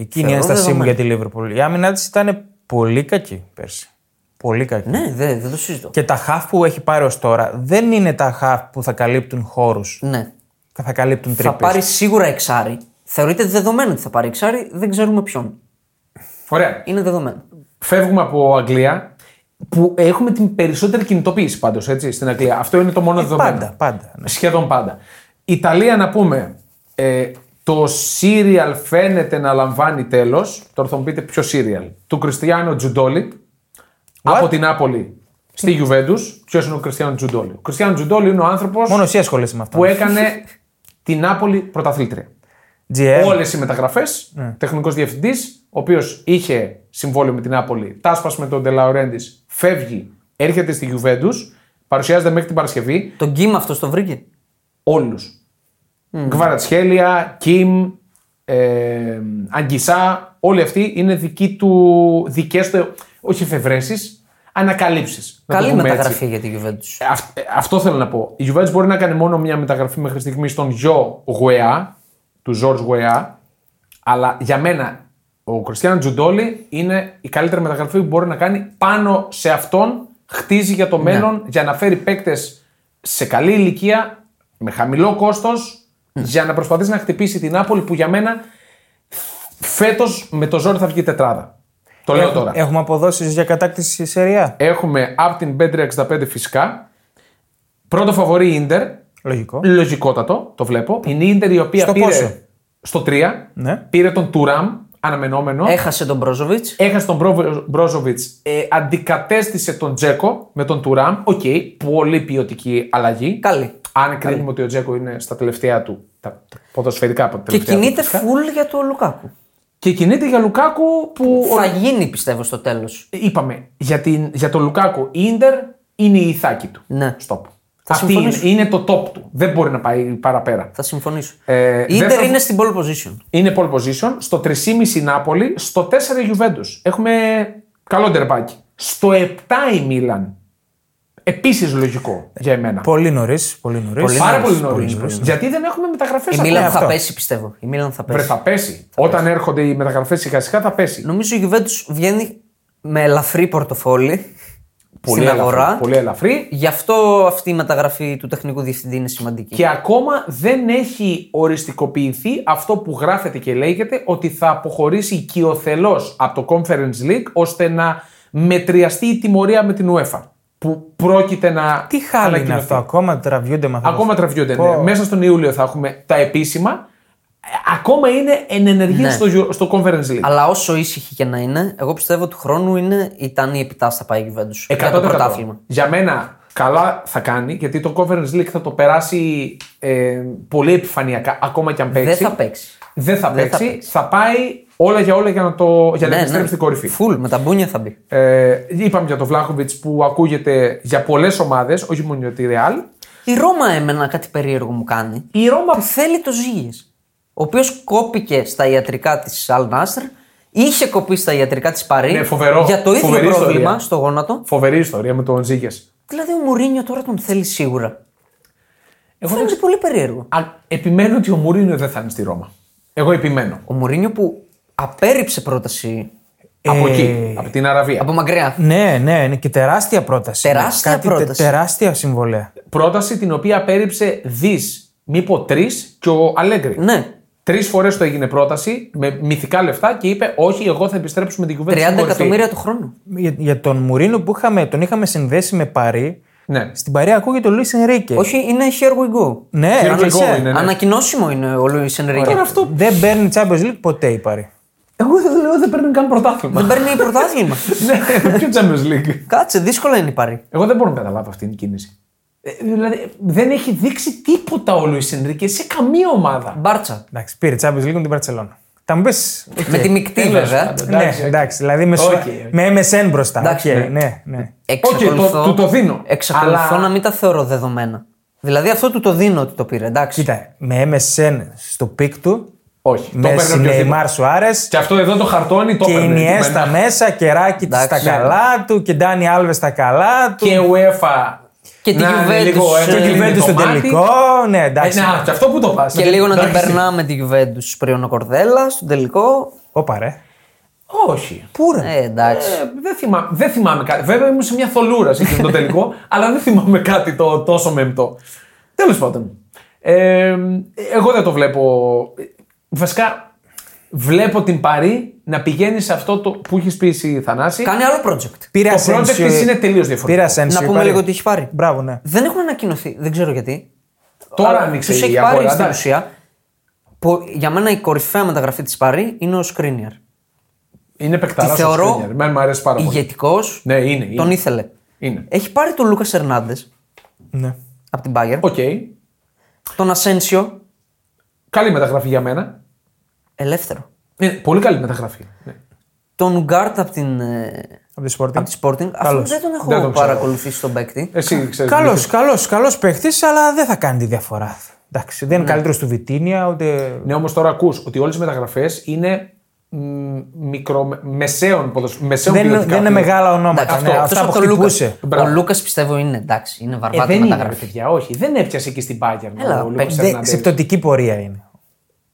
Speaker 1: εκεί είναι η
Speaker 3: Θεωρώ
Speaker 1: ένστασή μου
Speaker 3: δεδομένο.
Speaker 1: για τη Λίβερπουλ. Η άμυνα της ήταν πολύ κακή πέρσι. Πολύ κακή.
Speaker 3: Ναι, δεν δεν το συζητώ.
Speaker 1: Και τα half που έχει πάρει ως τώρα δεν είναι τα half που θα καλύπτουν χώρους.
Speaker 3: Ναι.
Speaker 1: Θα καλύπτουν Ε, τρύπε.
Speaker 3: Θα πάρει σίγουρα εξάρι. Θεωρείται δεδομένο ότι θα πάρει εξάρι, δεν ξέρουμε ποιον.
Speaker 2: Ωραία.
Speaker 3: Είναι δεδομένο.
Speaker 2: Φεύγουμε από Αγγλία που έχουμε την περισσότερη κινητοποίηση πάντως στην Αγγλία. Αυτό είναι το
Speaker 3: Ε,
Speaker 2: μόνο δεδομένο.
Speaker 1: πάντα, πάντα, ναι.
Speaker 2: Σχεδόν πάντα. Ιταλία να πούμε. Ε, το serial φαίνεται να λαμβάνει τέλος. Τώρα θα μου πείτε ποιο serial. Του Κριστιανό Τζουντόλι από την Νάπολη στη Γιουβέντους. Ποιος είναι ο Κριστιανό Τζουντόλι. Ο Κριστιανό Τζουντόλι είναι ο άνθρωπος
Speaker 1: Μόνο εσύ ασχολείσαι με αυτό.
Speaker 2: που έκανε την Νάπολη πρωταθλήτρια.
Speaker 3: Ε.
Speaker 1: GM.
Speaker 2: Όλες οι μεταγραφές.
Speaker 3: Ναι.
Speaker 2: Τεχνικός διευθυντής, ο οποίος είχε συμβόλαιο με την Άπολη, τάσπα με τον Τελαουρέντης, φεύγει, έρχεται στη Γιουβέντους, παρουσιάζεται μέχρι την Παρασκευή.
Speaker 3: Τον κύμα αυτό το βρήκε.
Speaker 2: Όλους. Γκβαρατσχέλια, Κιμ, ε, Αγγισά, όλοι αυτοί είναι δικοί του, δικές του, όχι εφευρέσεις, ανακαλύψεις.
Speaker 3: Καλή μεταγραφή για τη Juventus.
Speaker 2: Αυτ- ε, αυτό θέλω να πω. Η Juventus μπορεί να κάνει μόνο μια μεταγραφή μέχρι στιγμής στον Γιο Γουεά, του Ζορτ Γουεά, αλλά για μένα ο Κριστιαν Τζουντόλι είναι η καλύτερη μεταγραφή που μπορεί να κάνει πάνω σε αυτόν. Χτίζει για το μέλλον για να φέρει παίκτες σε καλή ηλικία, με χαμηλό κόστος, για να προσπαθήσει να χτυπήσει την Άπολη που για μένα φέτος με το ζόρι θα βγει τετράδα. Το λέω τώρα.
Speaker 1: Ε, Έχουμε αποδόσεις για κατάκτηση σε σεριά.
Speaker 2: Έχουμε από την B365 φυσικά. Πρώτο φαβορή η Ίντερ.
Speaker 1: Λογικό.
Speaker 2: Λογικότατο, το βλέπω. Είναι η Ίντερ η οποία
Speaker 1: Στο
Speaker 2: πήρε
Speaker 1: πόσο?
Speaker 2: στο 3.
Speaker 1: Ναι.
Speaker 2: Πήρε τον Τουράμ, αναμενόμενο.
Speaker 3: Έχασε τον Μπρόζοβιτ.
Speaker 2: Έχασε τον Μπρόζοβιτ. Ε, αντικατέστησε τον Τζέκο με τον Τουράμ. Οκ, πολύ ποιοτική αλλαγή.
Speaker 3: Καλή.
Speaker 2: Αν κρίνουμε ότι ο Τζέκο είναι στα τελευταία του, τα τα ποδοσφαιρικά από τα
Speaker 3: Και
Speaker 2: τελευταία
Speaker 3: κινείται
Speaker 2: του. φυσικά.
Speaker 3: φουλ για τον Λουκάκου.
Speaker 2: Και κινείται για Λουκάκου που
Speaker 3: Θα γίνει πιστεύω στο τέλος.
Speaker 2: είπαμε για, την, για τον Λουκάκο, η Ίντερ είναι η ηθάκη του.
Speaker 3: Ναι.
Speaker 2: Stop.
Speaker 3: Θα
Speaker 2: Αυτή είναι,
Speaker 3: συμφωνήσω.
Speaker 2: είναι το top του. Δεν μπορεί να πάει παραπέρα.
Speaker 3: Θα συμφωνήσω.
Speaker 2: Ε,
Speaker 3: η Ιντερ
Speaker 2: δεν θα-
Speaker 3: είναι στην pole position.
Speaker 2: Είναι pole position. Στο 3,5 η Νάπολη. Στο 4 η Juventus. Έχουμε καλό ντερμπάκι. Στο 7 η Μίλαν. Επίσης λογικό για εμένα.
Speaker 1: Πολύ νωρίς. Πολύ νωρίς.
Speaker 2: Πάρα πολύ
Speaker 1: Πολύ
Speaker 2: νωρίς.
Speaker 1: νωρίς.
Speaker 2: Γιατί δεν έχουμε μεταγραφές
Speaker 3: Η
Speaker 2: ακόμα.
Speaker 3: Μίλαν θα
Speaker 1: αυτό.
Speaker 3: πέσει πιστεύω. Η Μίλαν θα
Speaker 2: Ε, Βρε,
Speaker 3: πέσει.
Speaker 2: θα πέσει. Όταν έρχονται οι μεταγραφές σιγά σιγά θα πέσει.
Speaker 3: Νομίζω η Juventus βγαίνει με ελαφρύ πορτοφόλι
Speaker 2: πολύ,
Speaker 3: στην
Speaker 2: ελαφρύ,
Speaker 3: αγορά.
Speaker 2: πολύ ελαφρύ.
Speaker 3: Γι' αυτό αυτή η μεταγραφή του τεχνικού διευθυντή είναι σημαντική.
Speaker 2: Και ακόμα δεν έχει οριστικοποιηθεί αυτό που γράφεται και λέγεται ότι θα αποχωρήσει οικειοθελώς από το Conference League ώστε να μετριαστεί η τιμωρία με την UEFA που πρόκειται να
Speaker 1: Τι χάλι είναι
Speaker 2: ανακοινωθεί.
Speaker 1: αυτό. Ακόμα τραβιούνται με αυτό.
Speaker 2: Ακόμα τραβιούνται. ναι.
Speaker 1: Πω.
Speaker 2: Μέσα στον Ιούλιο θα έχουμε τα επίσημα. Ε, Ακόμα είναι εν ενεργή
Speaker 3: Ναι.
Speaker 2: στο, Euro- στο Conference League.
Speaker 3: Αλλά όσο ήσυχη και να είναι, εγώ πιστεύω του χρόνου είναι ήταν η επιτάστα πάει η Juventus. Για
Speaker 2: 100%.
Speaker 3: το πρωτάθλημα.
Speaker 2: Για μένα καλά θα κάνει γιατί το Conference League θα το περάσει ε, πολύ επιφανειακά ακόμα και αν παίξει.
Speaker 3: Δεν θα παίξει.
Speaker 2: Δεν θα
Speaker 3: Δεν θα Ναι,
Speaker 2: παίξει. θα, πάει όλα για όλα για να, το, για να επιστρέψει στην κορυφή.
Speaker 3: Φουλ, με τα μπούνια θα μπει.
Speaker 2: Ε, είπαμε για τον Βλάχοβιτ που ακούγεται για πολλές ομάδες, όχι μόνο για τη Ρεάλ.
Speaker 3: Η Ρώμα εμένα κάτι περίεργο μου κάνει.
Speaker 1: Η Ρώμα-
Speaker 3: Που θέλει το Ζήγης. Ο οποίος κόπηκε στα ιατρικά της Αλ Νάσρ, είχε κοπεί στα ιατρικά της Παρή
Speaker 2: Ναι, φοβερό.
Speaker 3: για το ίδιο
Speaker 2: Φοβερή
Speaker 3: πρόβλημα
Speaker 2: ιστορία.
Speaker 3: στο γόνατο.
Speaker 2: Φοβερή ιστορία με τον Ζήκε.
Speaker 3: Δηλαδή ο Μουρίνιο τώρα τον θέλει σίγουρα. Φαίνεται πολύ περίεργο.
Speaker 2: Επιμένω ότι ο Μουρίνιο δεν θα είναι στη Ρώμα. Εγώ επιμένω.
Speaker 3: Ο Μουρίνιο που απέρριψε πρόταση
Speaker 2: Από
Speaker 1: Ε,
Speaker 2: εκεί, από την Αραβία.
Speaker 3: από μακριά.
Speaker 1: Ναι, ναι, είναι και τεράστια πρόταση.
Speaker 3: Τεράστια
Speaker 1: Κάτι τε-
Speaker 3: πρόταση.
Speaker 1: τεράστια συμβολέα.
Speaker 2: Πρόταση την οποία απέρριψε δις, μήπω τρεις και ο Αλέγκρι.
Speaker 3: Ναι,
Speaker 2: Τρεις φορές το έγινε πρόταση με μυθικά λεφτά και είπε: Όχι, εγώ θα επιστρέψω με την
Speaker 3: 30
Speaker 2: κουβέντα. στην κορυφή».
Speaker 3: εκατομμύρια του χρόνου.
Speaker 1: Για, για τον Μουρίνο που είχαμε, τον είχαμε συνδέσει με Παρή.
Speaker 2: Ναι.
Speaker 1: Στην Παρή ακούγεται ο Λουίς Ενρίκε.
Speaker 3: Όχι, είναι here we go.
Speaker 1: Ναι,
Speaker 2: Here we
Speaker 1: Αναλυσέ.
Speaker 2: go είναι, Ε. ναι.
Speaker 3: Ανακοινώσιμο είναι ο Λουίς Ενρίκε.
Speaker 1: Δεν παίρνει Champions League ποτέ η Παρή.
Speaker 2: Εγώ δεν λέω δεν παίρνει καν
Speaker 3: Δεν
Speaker 2: πρωτάθλημα.
Speaker 3: παίρνει
Speaker 2: <laughs>
Speaker 3: πρωτάθλημα.
Speaker 2: ναι, ποιο Champions League.
Speaker 3: Κάτσε, δύσκολα είναι η Παρή.
Speaker 2: Εγώ δεν μπορώ να καταλάβω αυτή την κίνηση. Ε, δηλαδή δεν έχει δείξει τίποτα ο Λουίς Ενρίκες σε καμία ομάδα.
Speaker 3: Μπάρτσα.
Speaker 1: Εντάξει, πήρε Champions League με την Παρσελόνα. Θα μου πει.
Speaker 3: Με τη μεικτή Ε, βέβαια.
Speaker 2: Ε, πάντων.
Speaker 1: Ναι,
Speaker 2: Εντάξει,
Speaker 1: εντάξει, δηλαδή με, σου-
Speaker 2: Οκ, οκ.
Speaker 1: με MSN μπροστά.
Speaker 3: Εντάξει,
Speaker 1: Οκ,
Speaker 3: ναι.
Speaker 1: ναι, ναι.
Speaker 2: Οκ,
Speaker 3: Εξακολουθώ,
Speaker 2: το- του το δίνω.
Speaker 3: εξακολουθώ
Speaker 2: Αλλά-
Speaker 3: να μην τα θεωρώ δεδομένα. Δηλαδή αυτό του το δίνω ότι το πήρε, εντάξει.
Speaker 1: Κοίτα, με MSN στο πικ του,
Speaker 2: Όχι. Το
Speaker 1: με
Speaker 2: παίρνει οποιοδήποτε.
Speaker 1: Νεϊμάρ Σουάρες
Speaker 2: Και αυτό εδώ το χαρτόνι το
Speaker 1: και η ναι.
Speaker 2: παίρνει.
Speaker 1: Νιέστα μέσα και Ράκη
Speaker 3: Εντάξει,
Speaker 1: στα
Speaker 3: ναι.
Speaker 1: καλά του και Ντάνι Άλβες στα καλά του.
Speaker 2: Και UEFA.
Speaker 3: Και την
Speaker 2: να είναι
Speaker 3: Juventus,
Speaker 2: λίγο
Speaker 3: ε,
Speaker 2: έτοιμη
Speaker 1: η Juventus
Speaker 2: το
Speaker 1: στο
Speaker 2: μάτι.
Speaker 1: τελικό. Ναι,
Speaker 2: Ε,
Speaker 1: εντάξει.
Speaker 2: ναι, και αυτό που το πας.
Speaker 3: και λίγο να την
Speaker 2: Εντάξει.
Speaker 3: περνάμε τη Juventus πριν ο Κορδέλας, στον τελικό.
Speaker 1: Όπα ρε.
Speaker 2: Όχι.
Speaker 1: Πού ρε.
Speaker 3: Ε, εντάξει.
Speaker 2: Ε, δεν, θυμά- δεν θυμάμαι κάτι. Βέβαια ήμουν σε μια θολούρα σε εκείνο το τελικό, αλλά δεν θυμάμαι κάτι το, τόσο μεμπτό. Τέλος πάντων. Ε, εγώ δεν το βλέπω. Βασικά, βλέπω την Παρή να πηγαίνει σε αυτό το που έχεις πει εσύ, Θανάση.
Speaker 3: Κάνει άλλο project.
Speaker 1: Πήρε
Speaker 2: Το
Speaker 1: Asensio.
Speaker 2: project της είναι τελείως
Speaker 1: Πήρε
Speaker 2: διαφορετικό.
Speaker 1: Asensio,
Speaker 3: Να πούμε
Speaker 1: πάρε.
Speaker 3: λίγο τι έχει πάρει.
Speaker 1: Μπράβο, ναι.
Speaker 3: Δεν έχουν ανακοινωθεί, δεν ξέρω γιατί.
Speaker 2: Τώρα
Speaker 3: Αλλά
Speaker 2: άνοιξε
Speaker 3: τους
Speaker 2: η
Speaker 3: έχει
Speaker 2: αγορά,
Speaker 3: πάρει στην
Speaker 2: εντάξει.
Speaker 3: ουσία. Που για μένα η κορυφαία μεταγραφή της Παρή είναι ο Σκρίνιαρ.
Speaker 2: Είναι παικταρά.
Speaker 3: Τη θεωρώ
Speaker 2: Μου αρέσει πάρα πολύ.
Speaker 3: Ηγετικός.
Speaker 2: Ναι, είναι. είναι.
Speaker 3: Τον ήθελε.
Speaker 2: Είναι.
Speaker 3: Έχει πάρει τον Λούκα Ερνάντε
Speaker 1: ναι.
Speaker 3: από την Bayern.
Speaker 2: Οκ.
Speaker 3: Τον Ασένσιο.
Speaker 2: Καλή μεταγραφή για μένα.
Speaker 3: Ελεύθερο.
Speaker 2: Είναι πολύ καλή μεταγραφή. Ναι.
Speaker 3: Τον Γκάρτ από την. ε,
Speaker 1: Από τη Sporting.
Speaker 3: από τη Sporting. Αυτό
Speaker 1: Καλός.
Speaker 3: δεν τον έχω
Speaker 2: Δεν τον ξέρω. Ε,
Speaker 3: παρακολουθήσει στον παίκτη.
Speaker 2: Εσύ ξέρεις.
Speaker 1: Καλός, καλός, καλός παίχτη, αλλά δεν θα κάνει τη διαφορά. Εντάξει, δεν είναι καλύτερος του Βιτίνια, ούτε.
Speaker 2: Ναι, όμως τώρα ακούς ότι όλες οι μεταγραφές είναι μ, μικρο, μεσαίων ποδοσ... μεσαίων
Speaker 1: Δεν, είναι-
Speaker 2: ποιοτικά.
Speaker 1: δεν είναι μεγάλα ονόματα.
Speaker 3: Εντάξει,
Speaker 1: ναι,
Speaker 2: ε,
Speaker 3: αυτό,
Speaker 1: αυτά που
Speaker 3: αυτός ο Λούκας.
Speaker 1: χτυπούσε.
Speaker 2: Μπράβο.
Speaker 3: Ο Λούκας πιστεύω είναι εντάξει, είναι
Speaker 2: Ε,
Speaker 3: βαρβάτη
Speaker 2: δεν είναι, ρε,
Speaker 3: μεταγραφή.
Speaker 2: παιδιά, όχι. Δεν έπιασε εκεί στην Bayern
Speaker 3: Έλα,
Speaker 2: ο Λούκας
Speaker 3: παί-
Speaker 1: Δε-
Speaker 2: Ερνάντες.
Speaker 1: σε πτωτική πορεία είναι.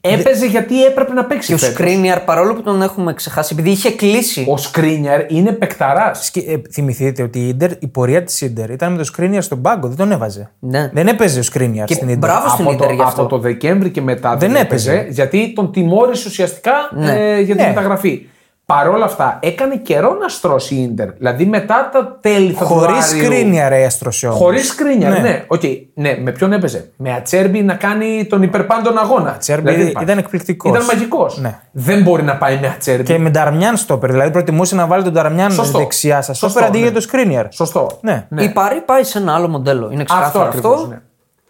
Speaker 2: Έπαιζε γιατί έπρεπε να παίξει.
Speaker 3: Και ο
Speaker 2: φέτος.
Speaker 3: Σκρίνιαρ παρόλο που τον έχουμε ξεχάσει, επειδή είχε κλείσει.
Speaker 2: Ο Σκρίνιαρ είναι παικταράς.
Speaker 1: Σκ- ε, θυμηθείτε ότι η, Ίντερ, η πορεία της Ιντερ ήταν με το Σκρίνιαρ στον πάγκο, δεν τον έβαζε.
Speaker 3: Ναι.
Speaker 1: Δεν έπαιζε ο Σκρίνιαρ
Speaker 3: Και
Speaker 1: στην Ιντερ.
Speaker 3: μπράβο στην
Speaker 2: Από, το,
Speaker 3: Ιντερ γι' αυτό.
Speaker 2: από το Δεκέμβρη και μετά
Speaker 1: Δεν έπαιζε.
Speaker 2: Γιατί τον τιμώρησε ουσιαστικά
Speaker 3: Ναι.
Speaker 2: ε, για τη
Speaker 1: Ναι.
Speaker 2: μεταγραφή. Παρ' όλα αυτά, έκανε καιρό να στρώσει η Ιντερ. Δηλαδή μετά τα τέλη
Speaker 1: Χωρί
Speaker 2: Φεβρουάριου-
Speaker 1: Σκρίνιαρ έστρωσε όμως.
Speaker 2: Χωρίς κρίνια, ναι.
Speaker 1: Ναι.
Speaker 2: Ναι. Οκ. ναι. Με ποιον έπαιζε. Με ατσέρμπι να κάνει τον υπερπάντον αγώνα.
Speaker 1: Ατσέρμπι
Speaker 2: δεν υπάρχει.
Speaker 1: ήταν εκπληκτικός.
Speaker 2: Ήταν μαγικός.
Speaker 1: Ναι.
Speaker 2: Δεν μπορεί να πάει με ατσέρμπι.
Speaker 1: Και με Νταρμιάν στόπερ. Δηλαδή προτιμούσε να βάλει τον Νταρμιάν
Speaker 2: Σωστό.
Speaker 1: δεξιά σα
Speaker 2: Σωστό,
Speaker 1: στόπερ αντί
Speaker 2: ναι.
Speaker 1: για τον Σκρίνιαρ.
Speaker 2: Σωστό.
Speaker 1: Ναι.
Speaker 3: Η Παρή πάει σε ένα άλλο μοντέλο. Είναι
Speaker 2: Αυτό
Speaker 3: ξεκάθαρο αυτό.
Speaker 2: ακριβώ. Ναι. Ε,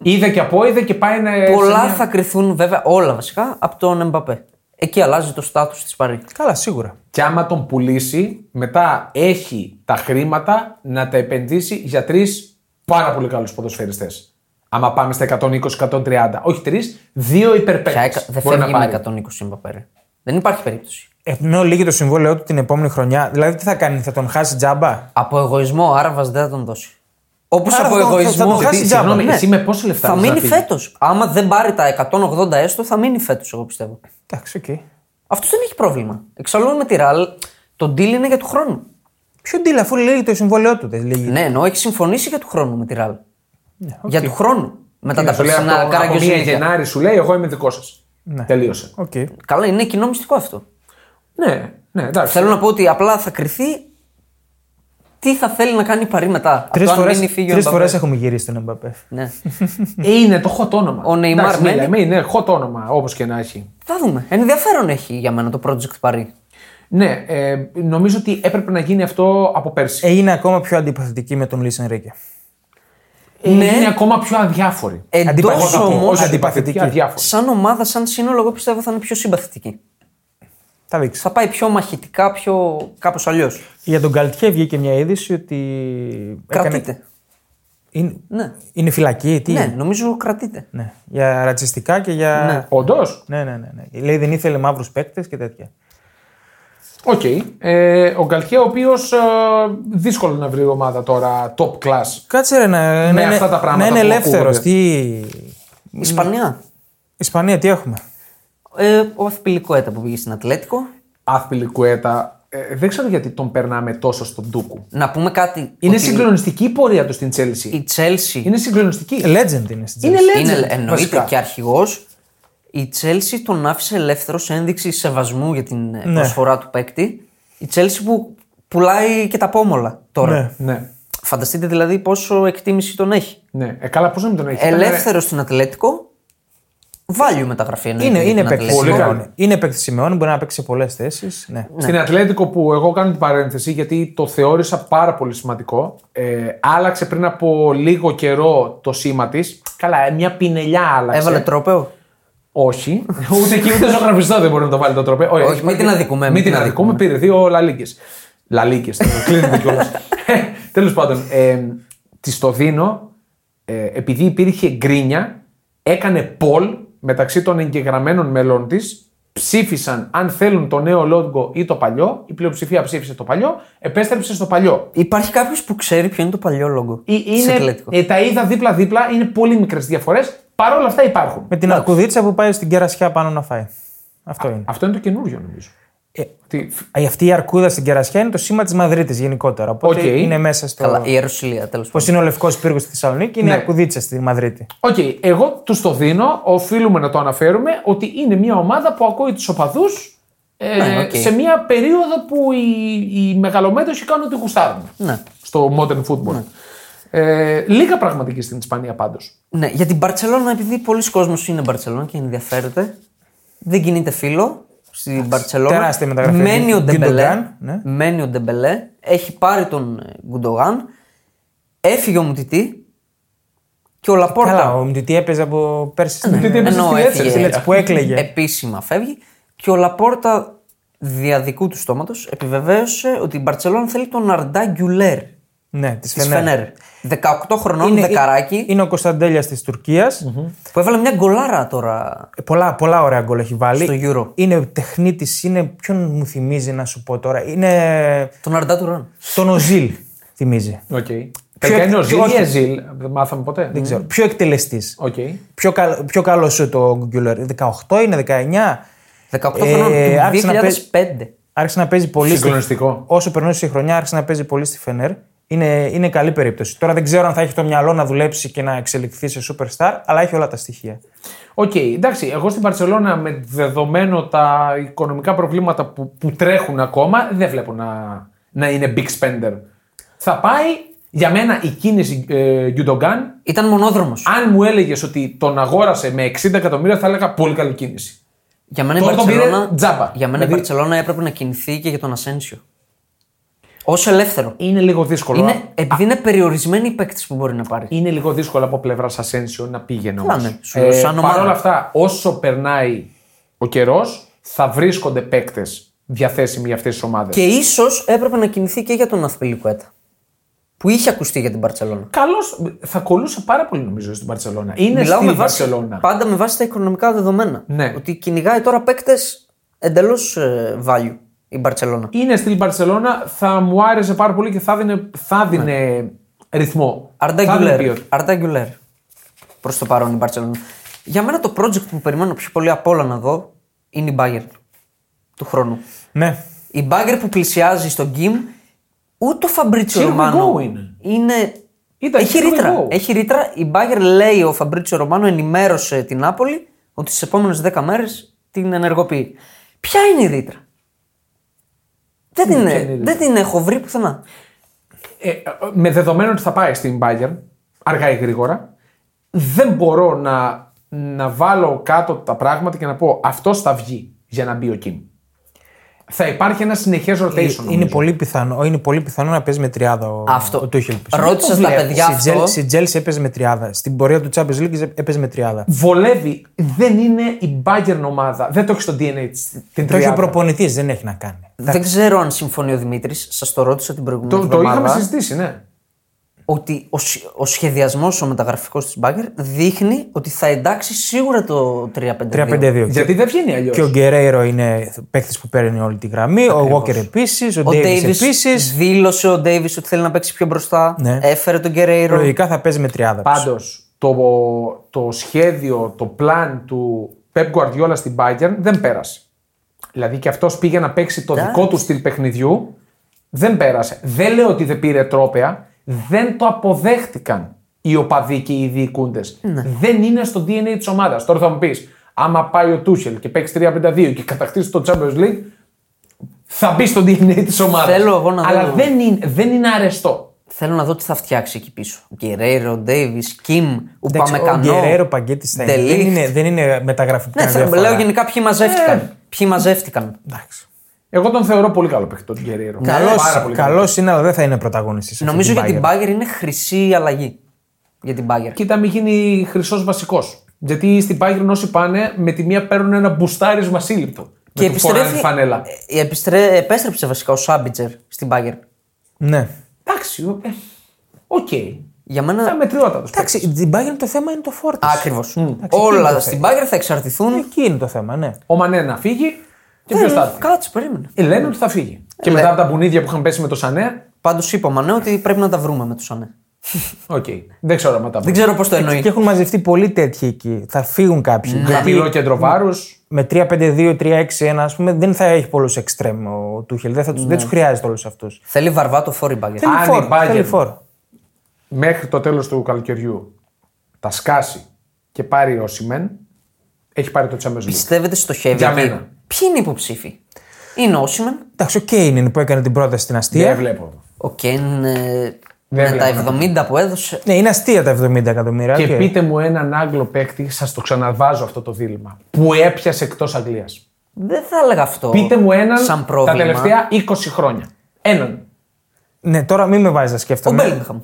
Speaker 2: Είδε και από είδε και πάει να.
Speaker 3: Πολλά
Speaker 2: σε μια-
Speaker 3: θα κρυθούν βέβαια, όλα βασικά, από τον Εμπαπέ. Εκεί αλλάζει το στάτου τη Παρή.
Speaker 1: Καλά, σίγουρα.
Speaker 2: Και άμα τον πουλήσει, μετά έχει τα χρήματα να τα επενδύσει για τρεις πάρα πολύ καλούς ποδοσφαιριστές. Άμα πάμε στα 120-130. Όχι τρεις, δύο
Speaker 3: Πια
Speaker 2: υπερπέκτες
Speaker 3: εκα- Δεν
Speaker 2: Ε, μπορεί να
Speaker 3: φεύγει με
Speaker 2: πάρει.
Speaker 3: 120 Εμπαπέ. ρε. Δεν υπάρχει περίπτωση.
Speaker 1: Ε, Ενώ λύγει το συμβόλαιό του την επόμενη χρονιά, δηλαδή τι θα κάνει, θα τον χάσει τζάμπα.
Speaker 3: Από εγωισμό ο Άραβας δεν θα τον δώσει. Όπως
Speaker 1: Άρα
Speaker 3: από
Speaker 1: θα τον-
Speaker 3: εγωισμό.
Speaker 1: θα τον χάσει
Speaker 3: Τι-
Speaker 1: τζάμπα.
Speaker 2: Συγγνώμη,
Speaker 1: Ναι.
Speaker 2: εσύ με πόσα λεφτά
Speaker 3: Θα
Speaker 2: θες να
Speaker 3: μείνει
Speaker 2: φύγεις?
Speaker 3: φέτος. Άμα δεν πάρει τα 180 έστω, θα μείνει φέτος, εγώ πιστεύω.
Speaker 1: Εντάξει, οκ.
Speaker 3: Αυτός δεν έχει πρόβλημα. Εξάλλου με τη ραλ, το deal είναι για του χρόνου.
Speaker 1: Ποιο deal αφού λύγει το συμβόλαιό του, δεν λύγει.
Speaker 3: Ναι, εννοώ έχει συμφωνήσει για του χρόνου με τη ραλ.
Speaker 2: Ναι,
Speaker 3: Για του χρόνου. Μετά τα
Speaker 2: Ε, Σου λέει
Speaker 3: περσινά
Speaker 2: από, από μία
Speaker 3: καραγκιόζη.
Speaker 2: Γενάρη σου λέει εγώ είμαι δικός σας. Τελείωσε.
Speaker 1: Οκ.
Speaker 3: Καλά, είναι κοινό μυστικό αυτό.
Speaker 2: Ναι, ναι, εντάξει.
Speaker 3: Θέλω να πω ότι απλά θα κρυθεί τι θα θέλει να κάνει η Παρή μετά. Από
Speaker 1: Τρεις
Speaker 3: το αν
Speaker 1: φορές
Speaker 3: μείνει ή φύγει ο Mbappé.
Speaker 1: φορές έχουμε γυρίσει τον Εμπαπέ.
Speaker 3: Ναι.
Speaker 2: Ε, Είναι το hot όνομα.
Speaker 3: Ο Neymar
Speaker 2: Εντάξει, μην
Speaker 3: μένει.
Speaker 2: λέμε, είναι hot όνομα όπως και να έχει.
Speaker 3: Θα δούμε. Ενδιαφέρον έχει για μένα το project Παρή.
Speaker 2: Ναι, ε, νομίζω ότι έπρεπε να γίνει αυτό από πέρσι.
Speaker 1: Έγινε Ε, ακόμα πιο αντιπαθητική με τον Λί Ενρίκε.
Speaker 2: Ε,
Speaker 3: Ναι.
Speaker 2: Είναι ακόμα πιο αδιάφοροι.
Speaker 3: Ε, Εντός
Speaker 1: Αντιπαθητική.
Speaker 3: όμως,
Speaker 2: Όχι
Speaker 1: αντιπαθητική.
Speaker 2: αντιπαθητική, αδιάφοροι.
Speaker 3: σαν ομάδα, σαν σύνολο, εγώ πιστεύω θα είναι πιο συμπαθητική.
Speaker 1: Θα δείξεις.
Speaker 3: Θα πάει πιο μαχητικά, πιο κάπως αλλιώς.
Speaker 1: Για τον Καλτιέ βγήκε μια είδηση ότι.
Speaker 3: Κρατείται.
Speaker 1: Είναι,
Speaker 3: Ναι.
Speaker 1: είναι φυλακή, τι.
Speaker 3: Ναι,
Speaker 1: είναι?
Speaker 3: νομίζω κρατείται.
Speaker 1: Ναι. Για ρατσιστικά και για.
Speaker 3: Ναι.
Speaker 2: Όντως.
Speaker 1: Ναι, ναι, ναι. ναι. Λέει δεν ήθελε μαύρους παίκτες και τέτοια.
Speaker 2: Οκ. Ε, ο Γκαλτιέ, ο οποίος δύσκολο να βρει ομάδα τώρα top class.
Speaker 1: Κάτσε ρε, να, να, είναι-
Speaker 2: Ναι, αυτά τα πράγματα
Speaker 1: να είναι
Speaker 2: που
Speaker 1: ελεύθερο.
Speaker 2: ακούγονται.
Speaker 1: Τι...
Speaker 3: Ισπανία.
Speaker 1: Ισπανία, τι έχουμε.
Speaker 3: Ε, ο Αθπιλικόετα που πήγε στην Ατλέτικο.
Speaker 2: Αθπιλικουέτα. Ε, δεν ξέρω γιατί τον περνάμε τόσο στον Τούκου.
Speaker 3: Να πούμε κάτι.
Speaker 2: Είναι
Speaker 3: ότι
Speaker 2: συγκλονιστική η πορεία του στην Chelsea.
Speaker 3: Η Chelsea
Speaker 2: Είναι συγκλονιστική.
Speaker 1: Legend είναι στην
Speaker 2: Είναι
Speaker 1: Chelsea.
Speaker 2: legend.
Speaker 3: Είναι, εννοείται
Speaker 2: βασικά.
Speaker 3: και αρχηγός. Η Τσέλσι τον άφησε ελεύθερος σε ένδειξη σεβασμού για την
Speaker 2: Ναι.
Speaker 3: ε, προσφορά του παίκτη. Η Τσέλσι που πουλάει και τα πόμολα τώρα.
Speaker 1: Ναι.
Speaker 2: Ναι.
Speaker 3: Φανταστείτε δηλαδή πόσο εκτίμηση τον έχει.
Speaker 2: ναι. Ε, καλά, πώς να μην τον έχει.
Speaker 3: Ελεύθερος στην Ατλέτικο. Value μεταγραφή εννοείται.
Speaker 1: Είναι,
Speaker 3: για
Speaker 1: είναι
Speaker 3: την
Speaker 1: παίκτης
Speaker 3: Ατλέτικο.
Speaker 2: Πολύ καλό.
Speaker 1: Σιμεώνε. Είναι παίκτης Σιμεώνε, μπορεί να παίξει σε πολλές θέσεις. Ναι.
Speaker 2: Στην Ατλέτικο που εγώ κάνω την παρένθεση γιατί το θεώρησα πάρα πολύ σημαντικό. Ε, άλλαξε πριν από λίγο καιρό το σήμα της. Καλά, ε, μια πινελιά άλλαξε.
Speaker 3: Έβαλε τρόπαιο.
Speaker 2: Όχι. <laughs> Ούτε εκεί ούτε ζωγραφιστό δεν μπορεί να το βάλει το τροπέ.
Speaker 3: Όχι, μην την αδικούμε,
Speaker 2: Μην,
Speaker 3: μην
Speaker 2: την
Speaker 3: την
Speaker 2: αδικούμε. Πήρε δύο λαλίκες. Λαλίκες. Κλείνεται κιόλας. Τέλος πάντων, ε, της το δίνω. Ε, επειδή υπήρχε γκρίνια, έκανε πολ μεταξύ των εγγεγραμμένων μελών της. Ψήφισαν αν θέλουν το νέο λόγο ή το παλιό. Η πλειοψηφία ψήφισε το παλιό. Επέστρεψε στο παλιό.
Speaker 3: Υπάρχει κάποιος που ξέρει ποιο είναι το παλιό λόγο.
Speaker 2: Ε,
Speaker 3: της
Speaker 2: Είναι,
Speaker 3: Ατλέτικο.
Speaker 2: ε, τα είδα δίπλα-δίπλα, είναι πολύ μικρές διαφορές. Παρ' όλα αυτά υπάρχουν.
Speaker 1: Με την αρκουδίτσα που πάει στην κερασιά πάνω να φάει. Αυτό είναι.
Speaker 2: Αυτό είναι το καινούριο νομίζω.
Speaker 1: Ε,
Speaker 2: Ότι
Speaker 1: Α, Αυτή η αρκούδα στην κερασιά είναι το σήμα της Μαδρίτης γενικότερα. Οπότε
Speaker 2: Οκ.
Speaker 1: είναι μέσα στο.
Speaker 3: Καλά, η Ιερουσαλία τέλος
Speaker 1: Πώς
Speaker 3: πάντων.
Speaker 1: είναι ο λευκός πύργος στη Θεσσαλονίκη, είναι
Speaker 2: Ναι.
Speaker 1: η αρκουδίτσα στη Μαδρίτη.
Speaker 2: Οκ, εγώ τους το δίνω. Οφείλουμε να το αναφέρουμε ότι είναι μια ομάδα που ακούει τους οπαδούς ε,
Speaker 3: Ναι, οκ.
Speaker 2: σε μια περίοδο που οι, οι μεγαλομέτωχοι κάνουν ό,τι γουστάρουν.
Speaker 3: Ναι.
Speaker 2: Στο modern football. Ε, λίγα πραγματική στην Ισπανία πάντως.
Speaker 3: Ναι, για την Μπαρσελόνα, επειδή πολλοί κόσμοι είναι Μπαρσελόνα και ενδιαφέρεται, δεν κινείται φίλο στην Μπαρσελόνα.
Speaker 1: τεράστια μεταγραφή.
Speaker 3: Μένει ο
Speaker 1: Γκιντογκάν,
Speaker 3: Ντεμπελέ.
Speaker 1: ναι.
Speaker 3: Μένει ο Ντεμπελέ. Έχει πάρει τον ε, Γκουντογάν. Έφυγε ο Μουτιτή και ο Λαπόρτα.
Speaker 1: Καλά, ο Μτιτή έπαιζε από πέρσι στην
Speaker 2: Μουτιτή έπαιζε
Speaker 3: Ενώ
Speaker 2: στη Ε, Λέτσε,
Speaker 3: Ναι, έφυγε,
Speaker 2: στη Λέτσε,
Speaker 1: που έκλαιγε.
Speaker 3: Επίσημα φεύγει. Και ο Λαπόρτα διαδικού του στόματος επιβεβαίωσε ότι η Μπαρσελόνα θέλει τον Αρντά Γκιουλέρ
Speaker 1: Ναι, της
Speaker 3: της Φενέρ. 18 χρονών, Ναι, δεκαράκι,
Speaker 1: Ναι, Είναι ο Κωνσταντέλια της τουρκια
Speaker 3: που έβαλε μια γκολάρα τώρα.
Speaker 1: Ε, Πολλά, πολλά ωραία γκολ έχει βάλει.
Speaker 3: Στο Euro.
Speaker 1: Είναι τεχνίτης, είναι. Ποιον μου θυμίζει να σου πω τώρα. Είναι.
Speaker 3: Τον Αρντά του Ραν.
Speaker 1: Τον Οζίλ <laughs> θυμίζει.
Speaker 2: Οκ. Τελικά είναι ο
Speaker 1: ποιο-
Speaker 2: Ζήλ ή Εζήλ. Δεν μάθαμε ποτέ.
Speaker 1: Δεν ξέρω. Πιο εκτελεστής.
Speaker 2: Οκ.
Speaker 1: Πιο, καλ, πιο καλός σου το Γκουγκιουλέρ. 18 είναι, 19.
Speaker 3: 18 χρονών,
Speaker 1: Ε,
Speaker 3: του
Speaker 1: άρχισε να
Speaker 3: 2005.
Speaker 1: Άρχισε να παίζει πολύ. στη-
Speaker 2: Συγκλονιστικό.
Speaker 1: Όσο περνούσε η χρονιά, άρχισε να παίζει πολύ στη Φενέρ. Είναι, είναι καλή περίπτωση. Τώρα δεν ξέρω αν θα έχει το μυαλό να δουλέψει και να εξελιχθεί σε superstar, αλλά έχει όλα τα στοιχεία.
Speaker 2: Οκ, εντάξει, εγώ στην Παρσελώνα με δεδομένο τα οικονομικά προβλήματα που, που τρέχουν ακόμα, δεν βλέπω να, να είναι big spender. Θα πάει, για μένα η κίνηση ε, Γκιουντογκάν,
Speaker 3: Ήταν μονόδρομος.
Speaker 2: αν μου έλεγες ότι τον αγόρασε με 60 εκατομμύρια, θα έλεγα πολύ καλή κίνηση.
Speaker 3: Για μένα, η
Speaker 2: Τώρα τον
Speaker 3: Μπαρτσελώνα,
Speaker 2: πήρε τζάμπα.
Speaker 3: για μένα
Speaker 2: Δηλαδή-
Speaker 3: η Μπαρτσελώνα έπρεπε να κινηθεί και για τον Ασένσιο. Ω ελεύθερο.
Speaker 2: Είναι λίγο δύσκολο. Ε,
Speaker 3: Είναι, επειδή είναι περιορισμένοι οι παίκτε που μπορεί να πάρει.
Speaker 2: Είναι λίγο δύσκολο από πλευρά Ασένσιο να πήγαινε όμως.
Speaker 3: ναι. Σου λέω, σαν ομάδα.
Speaker 2: Παρ' όλα αυτά, όσο περνάει ο καιρός, θα βρίσκονται παίκτες διαθέσιμοι για αυτές τις ομάδες.
Speaker 3: Και ίσως έπρεπε να κινηθεί και για τον Αθπιλικουέτα. Που είχε ακουστεί για την Μπαρσελόνα.
Speaker 2: Καλώς. Θα κολούσε πάρα πολύ νομίζω στην Παρσελώνα. Είναι
Speaker 3: Μιλάω με
Speaker 2: στην
Speaker 3: βάση,
Speaker 2: Παρσελώνα.
Speaker 3: πάντα με βάση τα οικονομικά δεδομένα.
Speaker 2: Ναι.
Speaker 3: Ότι κυνηγάει τώρα παίκτες εντελώς value η Μπαρσελόνα.
Speaker 2: Είναι στην Παρσελώνα, θα μου άρεσε πάρα πολύ και θα δίνε,
Speaker 1: Ναι.
Speaker 2: θα δίνε ρυθμό. θα δίνε
Speaker 3: Αρντά
Speaker 2: ποιότητα.
Speaker 3: Γκουλέρ. Προς το παρόν η Barcelona. Για μένα το project που περιμένω πιο πολύ απ' όλα να δω είναι η Bayern του χρόνου.
Speaker 1: Ναι.
Speaker 3: Η Bayern που πλησιάζει στον Kim, ούτε ο Φαμπρίτσιο
Speaker 2: Here we
Speaker 3: Ρωμάνο.
Speaker 2: go είναι. Ήταν
Speaker 3: Έχει,
Speaker 2: here we
Speaker 3: ρήτρα.
Speaker 2: go.
Speaker 3: Έχει ρήτρα. Η Bayern λέει ο Φαμπρίτσιο Ρωμάνο ενημέρωσε την Νάπολη ότι στις επόμενες 10 μέρες την ενεργοποιεί. Ποια είναι η ρήτρα. Δεν την,
Speaker 2: Ναι, ποια είναι η ρήτρα?
Speaker 3: δεν την έχω βρει πουθενά.
Speaker 2: Ε, ε, με δεδομένο ότι θα πάει στην Bayern, αργά ή γρήγορα, δεν μπορώ να, να βάλω κάτω τα πράγματα και να πω αυτός θα βγει για να μπει ο Κιμ. Θα υπάρχει ένα συνεχές rotation.
Speaker 1: Ε, Είναι
Speaker 2: νομίζω.
Speaker 1: πολύ, πιθανό, είναι πολύ πιθανό να παίζει με τριάδα ο,
Speaker 3: Αυτό.
Speaker 1: ο Τούχελ.
Speaker 3: Ρώτησα
Speaker 2: Δεν το
Speaker 3: στα
Speaker 2: βλέπω.
Speaker 3: παιδιά
Speaker 1: Στη Τζέλ-
Speaker 3: αυτό.
Speaker 1: Στη Τζέλση έπαιζε με τριάδα. Στην πορεία του Champions League έπαιζε με τριάδα.
Speaker 2: Βολεύει. Δεν είναι η Bayern ομάδα. Δεν το έχει στο DNA της, την
Speaker 1: Το έχει ο
Speaker 2: τριάδα.
Speaker 1: προπονητής, δεν έχει να κάνει.
Speaker 3: Δεν ξέρω αν συμφωνεί ο Δημήτρης. Σας το ρώτησα την προηγούμενη
Speaker 2: Το, το
Speaker 3: εβδομάδα.
Speaker 2: είχαμε συζητήσει, ναι.
Speaker 3: Ο ότι ο, σ- ο σχεδιασμός ο μεταγραφικός της Μπάγκερ δείχνει ότι θα εντάξει σίγουρα το 3-5-2.
Speaker 1: 3-5-2.
Speaker 2: Γιατί δεν βγαίνει αλλιώς.
Speaker 1: Ε, Και ο Γκερέιρο είναι παίκτης που παίρνει όλη τη γραμμή. Ο Walker επίσης. Ο,
Speaker 3: Ο
Speaker 1: Ντέιβι
Speaker 3: Ντέιβις
Speaker 1: επίσης.
Speaker 3: δήλωσε ο Ντέιβις ότι θέλει να παίξει πιο μπροστά.
Speaker 1: Ναι.
Speaker 3: Έφερε τον Γκερέιρο.
Speaker 1: Λογικά θα παίζει με τριάδα. τους.
Speaker 2: Πάντως, το, το σχέδιο, το πλάν του Pep Guardiola στην Bayern δεν πέρασε. Δηλαδή και αυτός πήγε να παίξει το δικό του στυλ παιχνιδιού. Δεν πέρασε. Δεν λέω ότι δεν πήρε τρόπαια. Δεν το αποδέχτηκαν οι οπαδοί και οι διοικούντε.
Speaker 3: Ναι.
Speaker 2: Δεν είναι στο DNA της ομάδας. Τώρα θα μου πεις, άμα πάει ο Τούχελ και παίξει 3-5-2 και κατακτήσει το Champions League, θα μπει στο DNA της ομάδας.
Speaker 3: Θέλω εγώ να
Speaker 2: Αλλά
Speaker 3: δω-
Speaker 2: δεν είναι, δεν είναι αρεστό.
Speaker 3: Θέλω να δω τι θα φτιάξει εκεί πίσω. Γκερέιρο, Ντέιβι, Κιμ,
Speaker 1: Εντάξει, ο
Speaker 3: Ουπαμεκανό.
Speaker 1: Γκερέιρο Παγκέτη θα είναι.
Speaker 3: De
Speaker 1: Δεν
Speaker 3: Ligt.
Speaker 1: είναι, δεν είναι μεταγραφή που
Speaker 3: Ναι,
Speaker 1: κάνει
Speaker 3: θα,
Speaker 1: διαφορά.
Speaker 3: Ναι,
Speaker 1: Ε.
Speaker 3: λέω γενικά ποιοι μαζεύτηκαν. Ποιοι μαζεύτηκαν.
Speaker 1: Εντάξει.
Speaker 2: Εγώ τον θεωρώ πολύ καλό παίκτη τον Γκερέρο. Πάρα πολύ
Speaker 1: Καλός,
Speaker 2: καλός.
Speaker 1: καλός είναι, αλλά δεν θα είναι πρωταγωνιστής.
Speaker 3: Νομίζω για την Μπάγκερ είναι χρυσή η αλλαγή. Για την Μπάγκερ.
Speaker 2: κοίτα μην γίνει χρυσός βασικός. Γιατί στην Bayern όσοι πάνε με τη μία παίρνουν ένα μπουστάρισμα σύλληπτο.
Speaker 3: Και
Speaker 2: με που φοράνε τη
Speaker 3: επιστρέφει.
Speaker 2: φανέλα.
Speaker 3: ε, επιστρέ- επέστρεψε βασικά ο Σάμπιτζερ στην Μπάγκερ.
Speaker 1: Ναι.
Speaker 2: Εντάξει, ο- ε, οκ.
Speaker 3: Για
Speaker 2: Ήταν
Speaker 3: μένα.
Speaker 2: μετριότατος.
Speaker 1: Εντάξει, την Bayern το θέμα είναι το φόρτι.
Speaker 3: Ακριβώ. Όλα
Speaker 1: το
Speaker 3: στην Μπάγκερ θα εξαρτηθούν.
Speaker 1: Εκεί είναι το θέμα, ναι.
Speaker 2: Ο Μανέ να φύγει και ποιος θα έρθει.
Speaker 3: Κάτσε, περίμενε.
Speaker 2: Ε, Λένε ότι θα φύγει. Και
Speaker 3: Ε,
Speaker 2: μετά
Speaker 3: λέ-
Speaker 2: από τα μπουνίδια που είχαν πέσει με το Σανέ,
Speaker 3: Πάντως είπαμε ναι, ότι πρέπει να τα βρούμε με του Σανέ.
Speaker 2: οκ. Δεν ξέρω μετά.
Speaker 3: Δεν ξέρω πώς το εννοεί.
Speaker 1: Και έχουν μαζευτεί πολλοί τέτοιοι εκεί. Θα φύγουν κάποιοι.
Speaker 2: Ναι.
Speaker 3: δηλαδή-
Speaker 2: Χαμηλό κέντρο βάρους.
Speaker 1: με 3-5-2, 3-6-1, ας πούμε, δεν θα έχει πολλούς εξτρέμ ο Τούχελ. Δεν, θα
Speaker 2: Ναι.
Speaker 1: τους, δεν τους χρειάζεται όλους αυτούς.
Speaker 3: Θέλει βαρβά το φόρι Μπάγκερ.
Speaker 1: Θέλει
Speaker 2: η
Speaker 1: φόρ.
Speaker 2: Bayern
Speaker 1: Θέλει φόρ.
Speaker 2: Μέχρι το τέλος του καλοκαιριού τα σκάσει και πάρει ο Σιμέν, έχει πάρει το Champions League.
Speaker 3: Πιστεύετε στο Χέβι.
Speaker 2: Για
Speaker 3: εκεί.
Speaker 2: μένα.
Speaker 3: Ποιοι είναι οι υποψήφοι. Είναι ο Όσιμεν,
Speaker 1: Εντάξει, ο Κέιν είναι που έκανε την πρόταση στην αστεία.
Speaker 2: Δεν Ναι, Ε, βλέπω.
Speaker 3: ο Κέν ε,
Speaker 2: Δεν
Speaker 3: με τα
Speaker 2: βλέπω.
Speaker 3: 70 που έδωσε.
Speaker 1: Ναι, είναι αστεία τα 70 εκατομμύρια.
Speaker 2: Και
Speaker 1: οκ.
Speaker 2: πείτε μου έναν Άγγλο παίκτη, σας το ξαναβάζω αυτό το δίλημα, που έπιασε εκτός Αγγλίας.
Speaker 3: Δεν θα έλεγα αυτό.
Speaker 2: Πείτε μου έναν
Speaker 3: σαν
Speaker 2: τα
Speaker 3: πρόβλημα.
Speaker 2: τελευταία 20 χρόνια. Έναν.
Speaker 1: Ναι, τώρα μην με βάζεις να
Speaker 3: Ο
Speaker 2: Ναι.
Speaker 1: σκέφτομαι.
Speaker 3: Μπέλιγχαμ.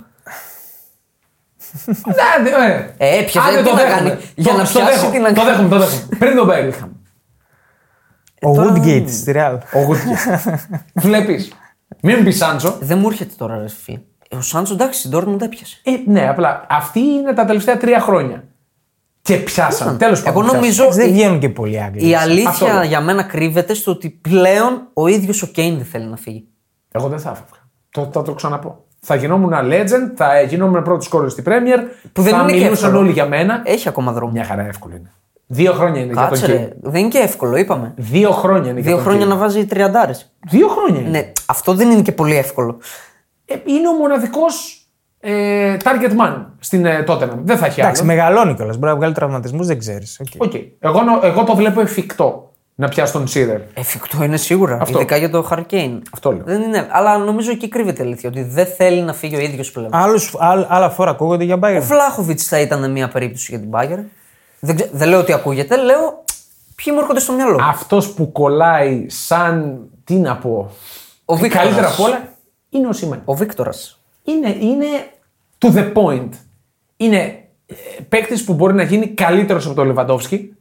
Speaker 2: Να, δε- ε.
Speaker 3: Ε, έπιασε,
Speaker 2: Άντε,
Speaker 3: τι
Speaker 2: το
Speaker 3: να
Speaker 2: δέχομαι.
Speaker 3: κάνει, για
Speaker 2: Το-
Speaker 3: να
Speaker 2: το
Speaker 3: πιάσει
Speaker 2: δέχομαι,
Speaker 3: την Αγγλία.
Speaker 2: Το δέχομαι, το δέχομαι. Πριν τον Μπέλιγχαμ.
Speaker 1: Ο
Speaker 3: τώρα-
Speaker 1: Woodgate στη Real.
Speaker 2: Ο
Speaker 3: <laughs>
Speaker 2: Γουτιέ. Βλέπεις. Μην πεις Σάντζο.
Speaker 3: Δεν μου έρχεται τώρα, ρε φίλε. Ε, Ο Σάντσο εντάξει, την Ντόρκμουντ έπιασε.
Speaker 2: Ε, ναι, απλά αυτή είναι τα τελευταία τρία χρόνια. Και πιάσαν. Τέλος πάντων.
Speaker 3: Λοιπόν, Εγώ
Speaker 2: πιάσαν.
Speaker 3: νομίζω
Speaker 1: Εντάξει, Δεν
Speaker 3: ότι
Speaker 1: βγαίνουν και πολλοί Άγγλοι.
Speaker 3: η
Speaker 2: Αυτό
Speaker 3: αλήθεια
Speaker 2: λέω.
Speaker 3: για μένα κρύβεται στο ότι πλέον ο ίδιος ο Κέιν δεν θέλει να φύγει.
Speaker 2: Εγώ δεν θα έφευγα. Το, θα το ξαναπώ. Θα γινόμουν legend, θα γινόμουν πρώτος κόρο στην Premier.
Speaker 3: Που δεν
Speaker 2: θα
Speaker 3: είναι και
Speaker 2: μιλούσαν
Speaker 3: εύκολο.
Speaker 2: όλοι για μένα.
Speaker 3: Έχει ακόμα δρόμο.
Speaker 2: Μια χαρά εύκολο είναι. Δύο χρόνια είναι
Speaker 3: Κάτσε,
Speaker 2: για τον
Speaker 3: ρε.
Speaker 2: Κέιν.
Speaker 3: Δεν είναι και εύκολο, είπαμε.
Speaker 2: Δύο χρόνια είναι
Speaker 3: Δύο
Speaker 2: για τον
Speaker 3: χρόνια
Speaker 2: Κέιν.
Speaker 3: να βάζει 30.
Speaker 2: Δύο χρόνια είναι.
Speaker 3: Ναι, αυτό δεν είναι και πολύ εύκολο.
Speaker 2: Ε, είναι ο μοναδικός ε, target man στην ε, Tottenham. Δεν θα έχει
Speaker 1: Εντάξει,
Speaker 2: άλλο.
Speaker 1: μεγαλώνει κιόλας. Μπορεί να βγάλει τραυματισμούς, δεν ξέρεις.
Speaker 2: Οκ. Εγώ, νο- εγώ το βλέπω εφικτό να πιάσει τον Σίδερ.
Speaker 3: Εφικτό είναι σίγουρα.
Speaker 2: Αυτό.
Speaker 3: Ειδικά για το Χαρκέιν.
Speaker 2: Αυτό λέω.
Speaker 3: Δεν είναι. Αλλά νομίζω εκεί κρύβεται η αλήθεια. Ότι δεν θέλει να φύγει ο ίδιος πλέον.
Speaker 1: Άλλους, άλλ, άλλα φορά ακούγονται για
Speaker 3: Ο
Speaker 1: Bayern.
Speaker 3: Βλάχοβιτ θα ήταν μια περίπτωση για την Bayern. Δεν, ξέ- δεν λέω ότι ακούγεται, λέω ποιοι μου έρχονται στο μυαλό.
Speaker 2: Αυτός που κολλάει σαν. Τι να πω. ε,
Speaker 3: Ο Βίκτορας.
Speaker 2: Καλύτερα απ' όλα είναι ο Σίμεν.
Speaker 3: Ο Βίκτορας.
Speaker 2: Είναι, είναι to the point. Είναι παίκτης που μπορεί να γίνει καλύτερος από τον Λεβαντόφσκι.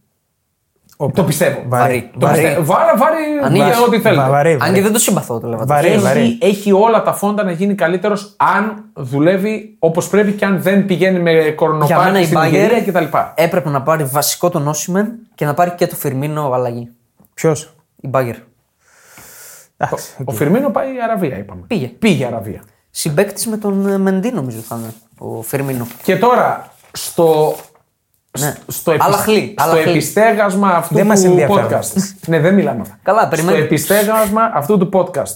Speaker 2: Το πιστεύω.
Speaker 1: Βαρύ.
Speaker 2: Το
Speaker 3: Βαρύ.
Speaker 2: πιστεύω. Βάρα, βάρη,
Speaker 3: Ανοίγει.
Speaker 2: για ό,τι θέλετε.
Speaker 1: Βα- βαρύ.
Speaker 3: Αν και δεν το συμπαθώ το
Speaker 1: Βαρύ.
Speaker 3: Λεβαντόφσκι.
Speaker 2: Έχει,
Speaker 1: βαρύ.
Speaker 2: έχει όλα τα φόντα να γίνει καλύτερος αν δουλεύει όπως πρέπει και αν δεν πηγαίνει με
Speaker 3: Για μένα
Speaker 2: κορονοπάρτι
Speaker 3: η
Speaker 2: στην Ιγυρία κτλ.
Speaker 3: Bayern έπρεπε να πάρει βασικό τον Όσιμεν και να πάρει και το Φιρμίνο αλλαγή.
Speaker 1: Ποιος.
Speaker 3: Η Bayern.
Speaker 2: Ο Φιρμίνο πάει Αραβία, είπαμε.
Speaker 3: Πήγε.
Speaker 2: Πήγε Αραβία.
Speaker 3: Συμπέκτη με τον ε, Μεντί, νομίζω θα είναι ο Φιρμίνο.
Speaker 2: Και τώρα στο.
Speaker 3: Ναι.
Speaker 2: Στο, επι-
Speaker 3: Αλλαχλή,
Speaker 2: στο
Speaker 3: αλλαχλή.
Speaker 2: επιστέγασμα αυτού
Speaker 1: Δεν μας
Speaker 2: του
Speaker 1: ενδιαφέρουν.
Speaker 2: podcast. ναι, δεν μιλάμε αυτά.
Speaker 3: Καλά,
Speaker 2: στο
Speaker 3: περιμένουμε.
Speaker 2: επιστέγασμα αυτού του podcast.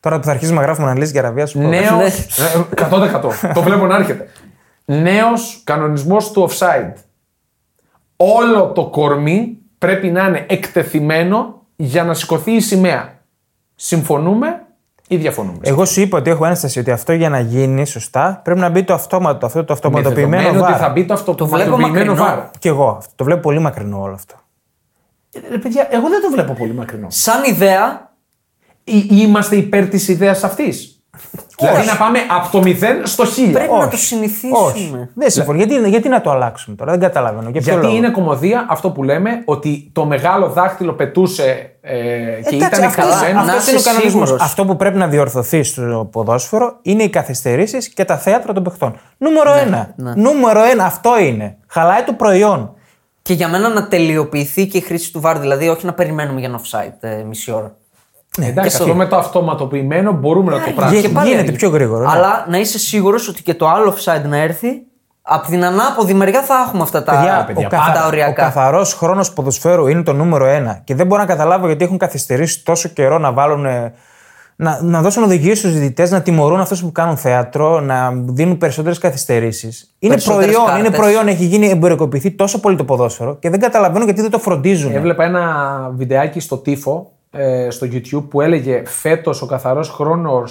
Speaker 1: Τώρα που θα αρχίσουμε να γράφουμε αναλύσεις για Αραβία σου πω.
Speaker 2: Νέος.
Speaker 3: Ναι.
Speaker 2: 100%. Ε, το βλέπω να έρχεται. Νέος κανονισμός του offside. Όλο το κορμί πρέπει να είναι εκτεθειμένο για να σηκωθεί η σημαία. Συμφωνούμε ή διαφωνούμε.
Speaker 1: Εγώ σου είπα ότι έχω ένσταση ότι αυτό για να γίνει σωστά πρέπει να μπει το αυτόματο, αυτό το
Speaker 2: Είναι
Speaker 1: αυτοματοποιημένο
Speaker 2: δεδομένο ότι
Speaker 1: βάρ.
Speaker 2: θα μπει το αυτοματοποιημένο
Speaker 3: μακρινό.
Speaker 2: βάρ.
Speaker 1: Κι εγώ αυτό. Το βλέπω πολύ μακρινό όλο αυτό.
Speaker 2: Ε, Ρε παιδιά, εγώ δεν το βλέπω πολύ μακρινό.
Speaker 3: Σαν ιδέα,
Speaker 2: Ή- Είμαστε υπέρ της ιδέας αυτής. Δηλαδή να πάμε από το 0 στο 1000.
Speaker 3: Πρέπει
Speaker 1: Όχι.
Speaker 3: να το συνηθίσουμε.
Speaker 1: Όχι. Δεν συμφωνώ. Γιατί, γιατί να το αλλάξουμε τώρα, δεν καταλαβαίνω. Για ποιο
Speaker 2: Γιατί
Speaker 1: λόγο.
Speaker 2: είναι κομμωδία αυτό που λέμε ότι το μεγάλο δάχτυλο πετούσε ε, και
Speaker 1: Εντάξει,
Speaker 2: ήταν
Speaker 1: αυτός-
Speaker 2: καλωμένο.
Speaker 3: Να
Speaker 1: αυτός είναι ο
Speaker 3: είσαι
Speaker 1: κανονισμός.
Speaker 3: σίγουρος.
Speaker 1: Αυτό που πρέπει να διορθωθεί στο ποδόσφαιρο είναι οι καθυστερήσεις και τα θέατρα των παιχτών.
Speaker 2: Ναι,
Speaker 1: Νούμερο ένα. Νούμερο ένα, αυτό είναι. Χαλάει το προϊόν.
Speaker 3: Και για μένα να τελειοποιηθεί και η χρήση του βάρ, δηλαδή όχι να περιμένουμε για ένα offside ε, μισή ώρα.
Speaker 2: Εντάξει,
Speaker 3: Και
Speaker 2: αυτό
Speaker 3: στο-
Speaker 2: με το αυτοματοποιημένο μπορούμε να το
Speaker 1: Γι-
Speaker 2: πράξουμε.
Speaker 1: πάλι Ναι. γίνεται
Speaker 3: αργεί.
Speaker 1: πιο γρήγορο, ναι.
Speaker 3: Αλλά να είσαι σίγουρος ότι και το άλλο offside να έρθει, από την ανάποδη μεριά θα έχουμε αυτά τα,
Speaker 1: Παιδιά,
Speaker 3: τα
Speaker 1: ο, καθα... ο
Speaker 3: οριακά.
Speaker 1: καθαρός χρόνος ποδοσφαίρου είναι το νούμερο ένα. Και δεν μπορώ να καταλάβω γιατί έχουν καθυστερήσει τόσο καιρό να βάλουν. ε, Να, να δώσουν οδηγίες στους διαιτητές να τιμωρούν αυτούς που κάνουν θέατρο, να δίνουν περισσότερες καθυστερήσεις. Είναι
Speaker 3: Περισσότερες
Speaker 1: προϊόν,
Speaker 3: κάρτες.
Speaker 1: είναι προϊόν, έχει γίνει εμπορικοποιηθεί τόσο πολύ το ποδόσφαιρο και δεν καταλαβαίνω γιατί δεν το φροντίζουν.
Speaker 2: Έβλεπα ένα βιντεάκι στο τύφο ε, στο YouTube που έλεγε φέτος ο καθαρός χρόνος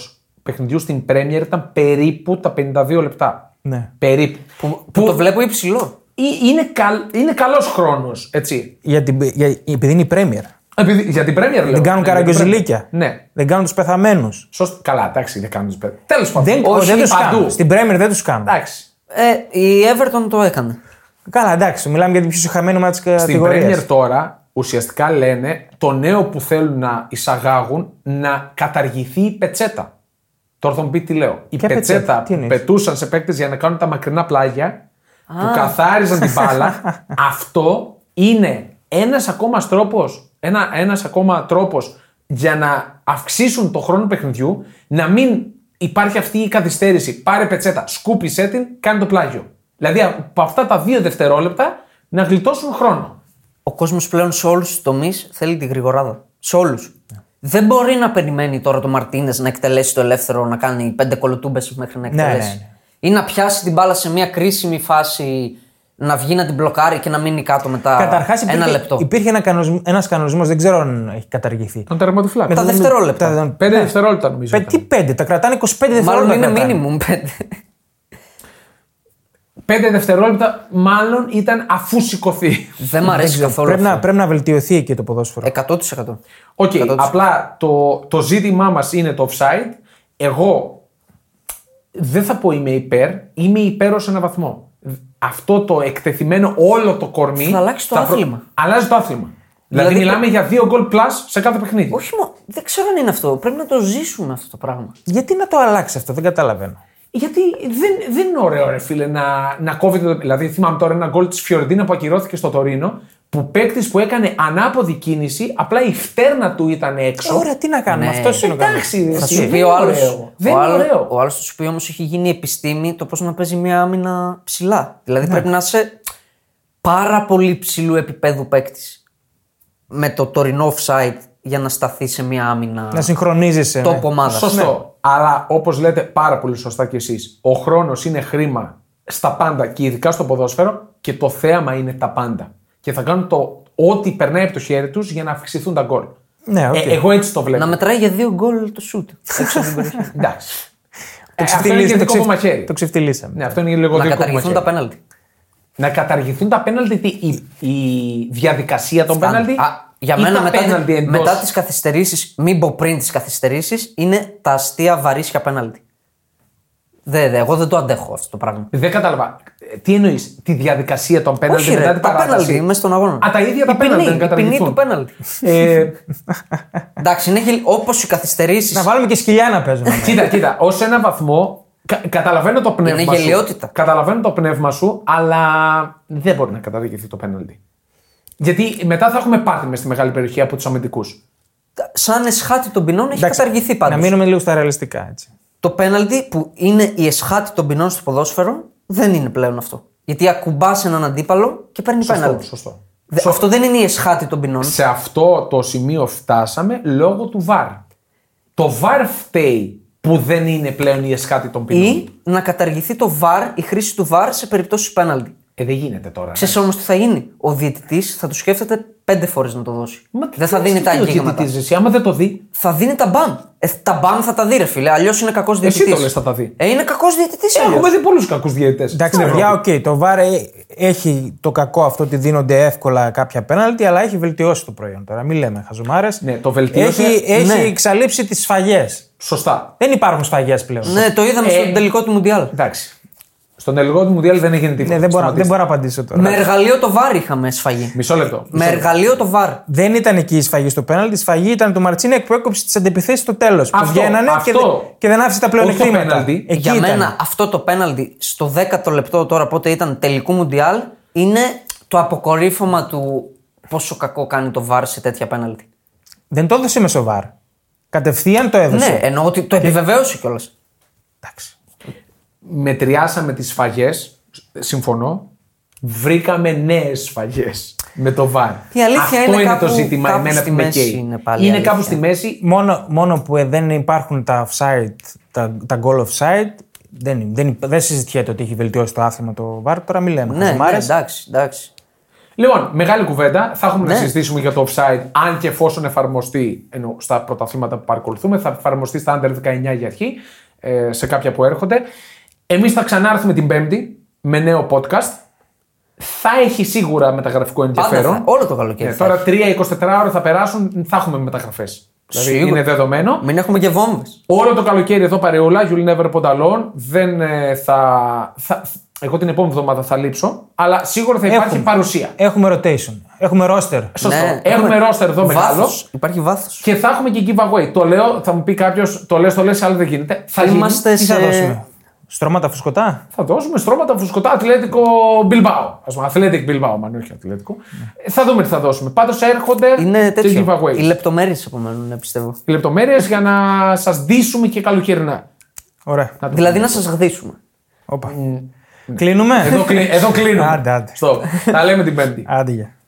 Speaker 2: παιχνιδιού στην Πρέμιερ ήταν περίπου τα 52 λεπτά.
Speaker 1: Ναι.
Speaker 2: Περίπου.
Speaker 3: Που, που το βλέπω υψηλό.
Speaker 2: Ε, Είναι, καλ, είναι καλός χρόνος, έτσι.
Speaker 1: Για την, για, επειδή είναι η Πρέμιερ.
Speaker 2: Επειδή, για την Πρέμιερ λέω.
Speaker 1: Δεν κάνουν
Speaker 2: Ε,
Speaker 1: καραγκιοζηλίκια.
Speaker 2: Ναι.
Speaker 1: Δεν κάνουν τους πεθαμένους.
Speaker 2: Σωστ... Καλά, εντάξει, δεν κάνουν τι Τέλος πάντων.
Speaker 1: Δεν,
Speaker 2: Όχι
Speaker 1: δεν τους
Speaker 2: παντού.
Speaker 1: κάνουν. Στην Πρέμιερ δεν τους κάνουν.
Speaker 2: Εντάξει.
Speaker 3: Ε, η Everton το έκανε.
Speaker 1: Καλά, εντάξει, μιλάμε για την πιο συχαμένη μα τη
Speaker 2: Στην Πρέμιερ
Speaker 1: κατηγορία.
Speaker 2: τώρα ουσιαστικά λένε το νέο που θέλουν να εισαγάγουν να καταργηθεί η πετσέτα. Τώρα θα μου πει τι λέω. Η
Speaker 1: Ποια
Speaker 2: πετσέτα,
Speaker 1: πετσέτα, τι
Speaker 2: που
Speaker 1: εννοείς?
Speaker 2: πετούσαν σε παίκτες για να κάνουν τα μακρινά πλάγια, που καθάριζαν την
Speaker 1: <laughs>
Speaker 2: μπάλα, αυτό είναι ένας ακόμα τρόπος ένα, ένας ακόμα τρόπος για να αυξήσουν το χρόνο παιχνιδιού, να μην υπάρχει αυτή η καθυστέρηση. Πάρε πετσέτα, σκούπισέ την, κάνε το πλάγιο. Δηλαδή από αυτά τα δύο δευτερόλεπτα να γλιτώσουν χρόνο.
Speaker 3: Ο κόσμος πλέον σε όλους τους τομείς θέλει τη γρηγοράδα. Σε όλους.
Speaker 1: Ναι.
Speaker 3: Δεν μπορεί να περιμένει τώρα το Μαρτίνες να εκτελέσει το ελεύθερο, να κάνει πέντε κολοτούμπες μέχρι να
Speaker 1: ναι,
Speaker 3: εκτελέσει.
Speaker 1: ναι.
Speaker 3: Ή να πιάσει την μπάλα σε μια κρίσιμη φάση, να βγει να την μπλοκάρει και να μείνει κάτω μετά
Speaker 1: Καταρχάς
Speaker 3: ένα
Speaker 1: υπήρχε,
Speaker 3: λεπτό.
Speaker 1: υπήρχε ένα κανονισμό, ένας κανονισμός, δεν ξέρω αν έχει καταργηθεί.
Speaker 2: Τον τερματοφυλάκα.
Speaker 3: Τα δευτερόλεπτα.
Speaker 1: Τα-
Speaker 2: Πέντε δευτερόλεπτα νομίζω.
Speaker 1: Πε-
Speaker 2: ήταν.
Speaker 1: τι πέντε, τα κρατάνε 25 δευτερόλεπτα.
Speaker 3: Μάλλον είναι
Speaker 1: κρατάνε.
Speaker 3: μίνιμουμ
Speaker 1: <laughs>
Speaker 3: πέντε.
Speaker 2: Πέντε δευτερόλεπτα μάλλον ήταν αφού σηκωθεί.
Speaker 3: Δεν μ' αρέσει καθόλου.
Speaker 1: Πρέπει να,
Speaker 3: αυτό.
Speaker 1: πρέπει να βελτιωθεί εκεί το ποδόσφαιρο.
Speaker 3: 100%.
Speaker 2: Οκ,
Speaker 3: 100%.
Speaker 2: απλά το, το ζήτημά μας είναι το offside. Εγώ δεν θα πω είμαι υπέρ, είμαι υπέρ ως ένα βαθμό. Αυτό το εκτεθειμένο όλο το κορμί.
Speaker 3: Θα αλλάξεις το
Speaker 2: προ-
Speaker 3: άθλημα.
Speaker 2: Αλλάζεις το άθλημα. Δηλαδή,
Speaker 3: Δηλαδή,
Speaker 2: μιλάμε για δύο γκολ plus σε κάθε παιχνίδι.
Speaker 3: Όχι μόνο. Δεν ξέρω αν είναι αυτό. Πρέπει να το ζήσουμε αυτό το πράγμα.
Speaker 1: Γιατί να το αλλάξει αυτό, δεν καταλαβαίνω.
Speaker 2: Γιατί δεν, δεν είναι ωραίο, ρε φίλε, να, να κόβεται. το- Δηλαδή, θυμάμαι τώρα ένα γκολ τη Φιωρεντίνα που ακυρώθηκε στο Τωρίνο, που παίκτης που έκανε ανάποδη κίνηση, απλά η φτέρνα του ήταν έξω.
Speaker 1: Ωραία, τι να κάνουμε,
Speaker 3: Ναι.
Speaker 1: αυτό είναι ο
Speaker 2: Εντάξει,
Speaker 1: κανονισμός.
Speaker 2: ρε,
Speaker 1: Θα
Speaker 2: Ε, εσύ.
Speaker 1: σου-
Speaker 3: Σου
Speaker 2: Δεν
Speaker 3: πει
Speaker 2: είναι
Speaker 3: ο άλλος.
Speaker 2: ωραίο. Δεν είναι ωραίο.
Speaker 3: Ο άλλος θα σου πει όμως έχει γίνει επιστήμη το πώς να παίζει μια άμυνα ψηλά. Δηλαδή
Speaker 2: Ναι.
Speaker 3: πρέπει να είσαι πάρα πολύ ψηλού επίπεδου παίκτης με το τωρινό offside για να σταθεί σε μια άμυνα
Speaker 1: Να συγχρονίζεσαι.
Speaker 3: top
Speaker 1: ναι.
Speaker 3: ομάδας.
Speaker 2: Σωστό.
Speaker 3: Ναι.
Speaker 2: Αλλά όπως λέτε πάρα πολύ σωστά κι εσείς, ο χρόνος είναι χρήμα στα πάντα και ειδικά στο ποδόσφαιρο και το θέαμα είναι τα πάντα. Και θα κάνουν το ό,τι περνάει από το χέρι τους για να αυξηθούν τα γκολ.
Speaker 1: Ναι, οκ.
Speaker 2: Ε, εγώ έτσι το βλέπω.
Speaker 3: Να μετράει για δύο γκολ το shoot. Έξω από
Speaker 2: <laughs>
Speaker 3: την περιοχή.
Speaker 2: Εντάξει.
Speaker 1: Το
Speaker 2: Ε, αυτό είναι
Speaker 1: ξεφτυλίσαμε.
Speaker 2: και δικό
Speaker 1: το
Speaker 2: μου
Speaker 1: ξεφ-
Speaker 2: μαχαίρι.
Speaker 1: Το ξεφτυλίσαμε.
Speaker 2: Ναι, αυτό είναι λίγο δικό
Speaker 3: να
Speaker 2: μου
Speaker 3: καταργηθούν
Speaker 2: μαχαίρι.
Speaker 3: τα πέναλτι.
Speaker 2: Να καταργηθούν τα πέναλτι, τι, η, η διαδικασία των πέναλτι.
Speaker 3: Α, για
Speaker 2: ή
Speaker 3: μένα
Speaker 2: τα
Speaker 3: μετά,
Speaker 2: πέναλτι
Speaker 3: τι-
Speaker 2: εντός.
Speaker 3: μετά τις καθυστερήσεις, μην πω πριν τις καθυστερήσεις, είναι τα αστεία βαρύσια πέναλτι. Δε, δε, εγώ δεν το αντέχω αυτό το πράγμα.
Speaker 2: Δεν κατάλαβα. Ε, Τι εννοείς, τη διαδικασία των πέναλτι
Speaker 3: Όχι,
Speaker 2: μετά
Speaker 3: ρε,
Speaker 2: την
Speaker 3: τα
Speaker 2: παράταση.
Speaker 3: πέναλτι μέσα στον αγώνα.
Speaker 2: Α, τα ίδια τα
Speaker 3: Η ποινή,
Speaker 2: πέναλτι δεν
Speaker 3: η ποινή
Speaker 2: καταργηθούν.
Speaker 3: του πέναλτι.
Speaker 2: Ε,
Speaker 3: Εντάξει, είναι όπως οι καθυστερήσεις.
Speaker 1: Να βάλουμε και σκυλιά να
Speaker 3: <laughs>
Speaker 1: παίζουμε.
Speaker 2: Κοίτα, κοίτα, ως ένα βαθμό κα- καταλαβαίνω το πνεύμα
Speaker 3: Είναι
Speaker 2: σου.
Speaker 3: γελοιότητα.
Speaker 2: Καταλαβαίνω το πνεύμα σου, αλλά δεν μπορεί να καταδικηθεί το πέναλτι. Γιατί μετά θα έχουμε πάρτι μες στη μεγάλη περιοχή από τους αμυντικούς.
Speaker 3: Σαν εσχάτη των ποινών έχει
Speaker 1: Εντάξει,
Speaker 3: καταργηθεί πάντως.
Speaker 1: Να μείνουμε λίγο στα ρεαλιστικά. Έτσι.
Speaker 3: Το πέναλτι που είναι η εσχάτη των ποινών στο ποδόσφαιρο δεν είναι πλέον αυτό. Γιατί ακουμπάς έναν αντίπαλο και παίρνει πέναλτι.
Speaker 2: Σωστό.
Speaker 3: Δε- Αυτό δεν είναι η εσχάτη των ποινών.
Speaker 2: Σε αυτό το σημείο φτάσαμε λόγω του βαρ. Το βαρ φταίει που δεν είναι πλέον η εσχάτη των ποινών.
Speaker 3: Ή να καταργηθεί το βαρ, η χρήση του βαρ σε περιπτώσεις πέναλτι.
Speaker 2: Ε, δεν γίνεται τώρα.
Speaker 3: Ξέρεις όμως τι θα γίνει. Ο διαιτητής θα του σκέφτεται πέντε φορές να το δώσει. δεν θα δίνει τα αγγίγματα.
Speaker 2: Εσύ, άμα δεν το δει.
Speaker 3: Θα δίνει τα μπαν. Ε, τα μπαν θα τα δει, ρε φίλε. Αλλιώς είναι κακός διαιτητής.
Speaker 2: το λες θα τα δει.
Speaker 3: Ε, ναι, είναι κακός διαιτητής.
Speaker 2: Έχουμε δει πολλούς κακούς διαιτητές.
Speaker 1: Εντάξει, παιδιά, οκ, το VAR ε, έχει το κακό αυτό ότι δίνονται εύκολα κάποια πέναλτι, αλλά έχει βελτιώσει το προϊόν τώρα. Μην λέμε χαζομάρες.
Speaker 2: Ναι, το βελτίωσε,
Speaker 1: Έχει,
Speaker 2: ναι.
Speaker 1: έχει εξαλείψει τις σφαγές.
Speaker 2: Σωστά.
Speaker 1: Δεν υπάρχουν σφαγές πλέον.
Speaker 3: Ναι, το είδαμε
Speaker 2: Ε,
Speaker 3: στον τελικό του Μουντιάλ.
Speaker 2: Εντάξει. Στον ελληνικό του Μουντιάλ δεν έγινε τίποτα.
Speaker 1: Ναι, δεν, μπορώ, δεν
Speaker 2: Σταματήστε. Ναι.
Speaker 1: μπορώ να απαντήσω τώρα.
Speaker 3: Με εργαλείο το βάρ είχαμε σφαγή.
Speaker 2: Μισό λεπτό.
Speaker 3: Με εργαλείο το βάρ.
Speaker 1: Δεν ήταν εκεί η σφαγή στο πέναλτι. Η σφαγή ήταν του Μαρτσίνεκ που έκοψε τι αντιπιθέσει στο τέλος. Που
Speaker 2: Αυτό,
Speaker 1: βγαίνανε και,
Speaker 2: αυτό.
Speaker 1: δεν- και δεν άφησε τα
Speaker 2: Όχι το
Speaker 1: πλεονεκτήματα.
Speaker 2: πέναλτι.
Speaker 1: Εκεί
Speaker 3: Για
Speaker 1: ήταν.
Speaker 2: ναι.
Speaker 3: μένα αυτό το πέναλτι στο 10ο λεπτό τώρα πότε ήταν τελικού Μουντιάλ είναι το αποκορύφωμα του πόσο κακό κάνει το βάρ σε τέτοια πέναλτι.
Speaker 1: Δεν το έδωσε με σοβαρ. Κατευθείαν το έδωσε.
Speaker 3: Ναι, εννοώ ότι το επιβεβαίωσε κιόλας.
Speaker 1: Εντάξει.
Speaker 3: Ναι.
Speaker 2: μετριάσαμε τις σφαγές, συμφωνώ, βρήκαμε νέες σφαγές με το VAR.
Speaker 3: Η αλήθεια
Speaker 2: Αυτό
Speaker 3: είναι
Speaker 2: είναι,
Speaker 3: κάπου-
Speaker 2: το ζήτημα
Speaker 3: κάπου
Speaker 2: εμένα
Speaker 3: στη
Speaker 2: που με
Speaker 3: μέση
Speaker 2: καίει.
Speaker 3: είναι πάλι η
Speaker 2: είναι
Speaker 3: αλήθεια.
Speaker 2: κάπου στη μέση.
Speaker 1: Μόνο, μόνο που ε, δεν υπάρχουν τα offside, τα, τα goal offside, δεν, δεν, δεν συζητιέται ότι έχει βελτιώσει το άθλημα το VAR. Τώρα μην λέμε.
Speaker 3: Ναι, ναι,
Speaker 1: χαζομάρες.
Speaker 3: εντάξει, εντάξει.
Speaker 2: Λοιπόν, μεγάλη κουβέντα. Θα έχουμε να
Speaker 3: Ναι.
Speaker 2: συζητήσουμε για το offside, αν και εφόσον εφαρμοστεί, ενώ στα πρωταθλήματα που παρακολουθούμε, θα εφαρμοστεί στα under 19 για αρχή, ε, σε κάποια που έρχονται. Εμείς θα ξανάρθουμε την Πέμπτη με νέο podcast. Θα έχει σίγουρα μεταγραφικό
Speaker 3: Πάντα
Speaker 2: ενδιαφέρον.
Speaker 3: θα, όλο το καλοκαίρι.
Speaker 2: Ναι,
Speaker 3: θα
Speaker 2: τώρα
Speaker 3: έχει.
Speaker 2: 3-24 ώρα θα περάσουν, θα έχουμε μεταγραφές. Δηλαδή
Speaker 3: Σίγουρα.
Speaker 2: είναι δεδομένο.
Speaker 3: Μην έχουμε και βόμβες.
Speaker 2: Όλο το καλοκαίρι εδώ παρεούλα, You'll never put alone. Δεν ε, θα, θα- Εγώ την επόμενη εβδομάδα θα λείψω, αλλά σίγουρα θα υπάρχει
Speaker 1: Έχουμε.
Speaker 2: παρουσία.
Speaker 1: Έχουμε rotation. Έχουμε roster.
Speaker 2: Σωστό. Έχουμε ρόστερ εδώ μεγάλο.
Speaker 3: Ναι, Υπάρχει βάθος.
Speaker 2: Και θα έχουμε και giveaway. Το λέω, θα μου πει κάποιος, το λες, το λες, αλλά δεν γίνεται. Θα γίνει.
Speaker 3: Είμαστε
Speaker 1: Τι θα δώσουμε.
Speaker 3: σε.
Speaker 1: Στρώματα φουσκωτά.
Speaker 2: Θα δώσουμε στρώματα φουσκωτά αθλητικό Bilbao. Ας πούμε, Athletic Bilbao, αν όχι αθλητικό. Θα δούμε τι θα δώσουμε. Πάντως έρχονται
Speaker 3: Είναι
Speaker 2: και
Speaker 3: τέτοιο.
Speaker 2: giveaway.
Speaker 3: Οι λεπτομέρειες απομένουν, ναι, πιστεύω.
Speaker 2: λεπτομέρειες για να σας ντύσουμε και
Speaker 3: <laughs>
Speaker 2: καλοκαιρινά.
Speaker 1: Ωραία.
Speaker 2: Να το
Speaker 3: Δηλαδή να σας γδίσουμε. ε,
Speaker 1: Όπα. Κλείνουμε.
Speaker 2: Εδώ, κλει- εδώ κλείνουμε.
Speaker 1: Άντε, άντε.
Speaker 2: Stop. Τα λέμε την Πέμπτη.
Speaker 1: Άντε, γεια.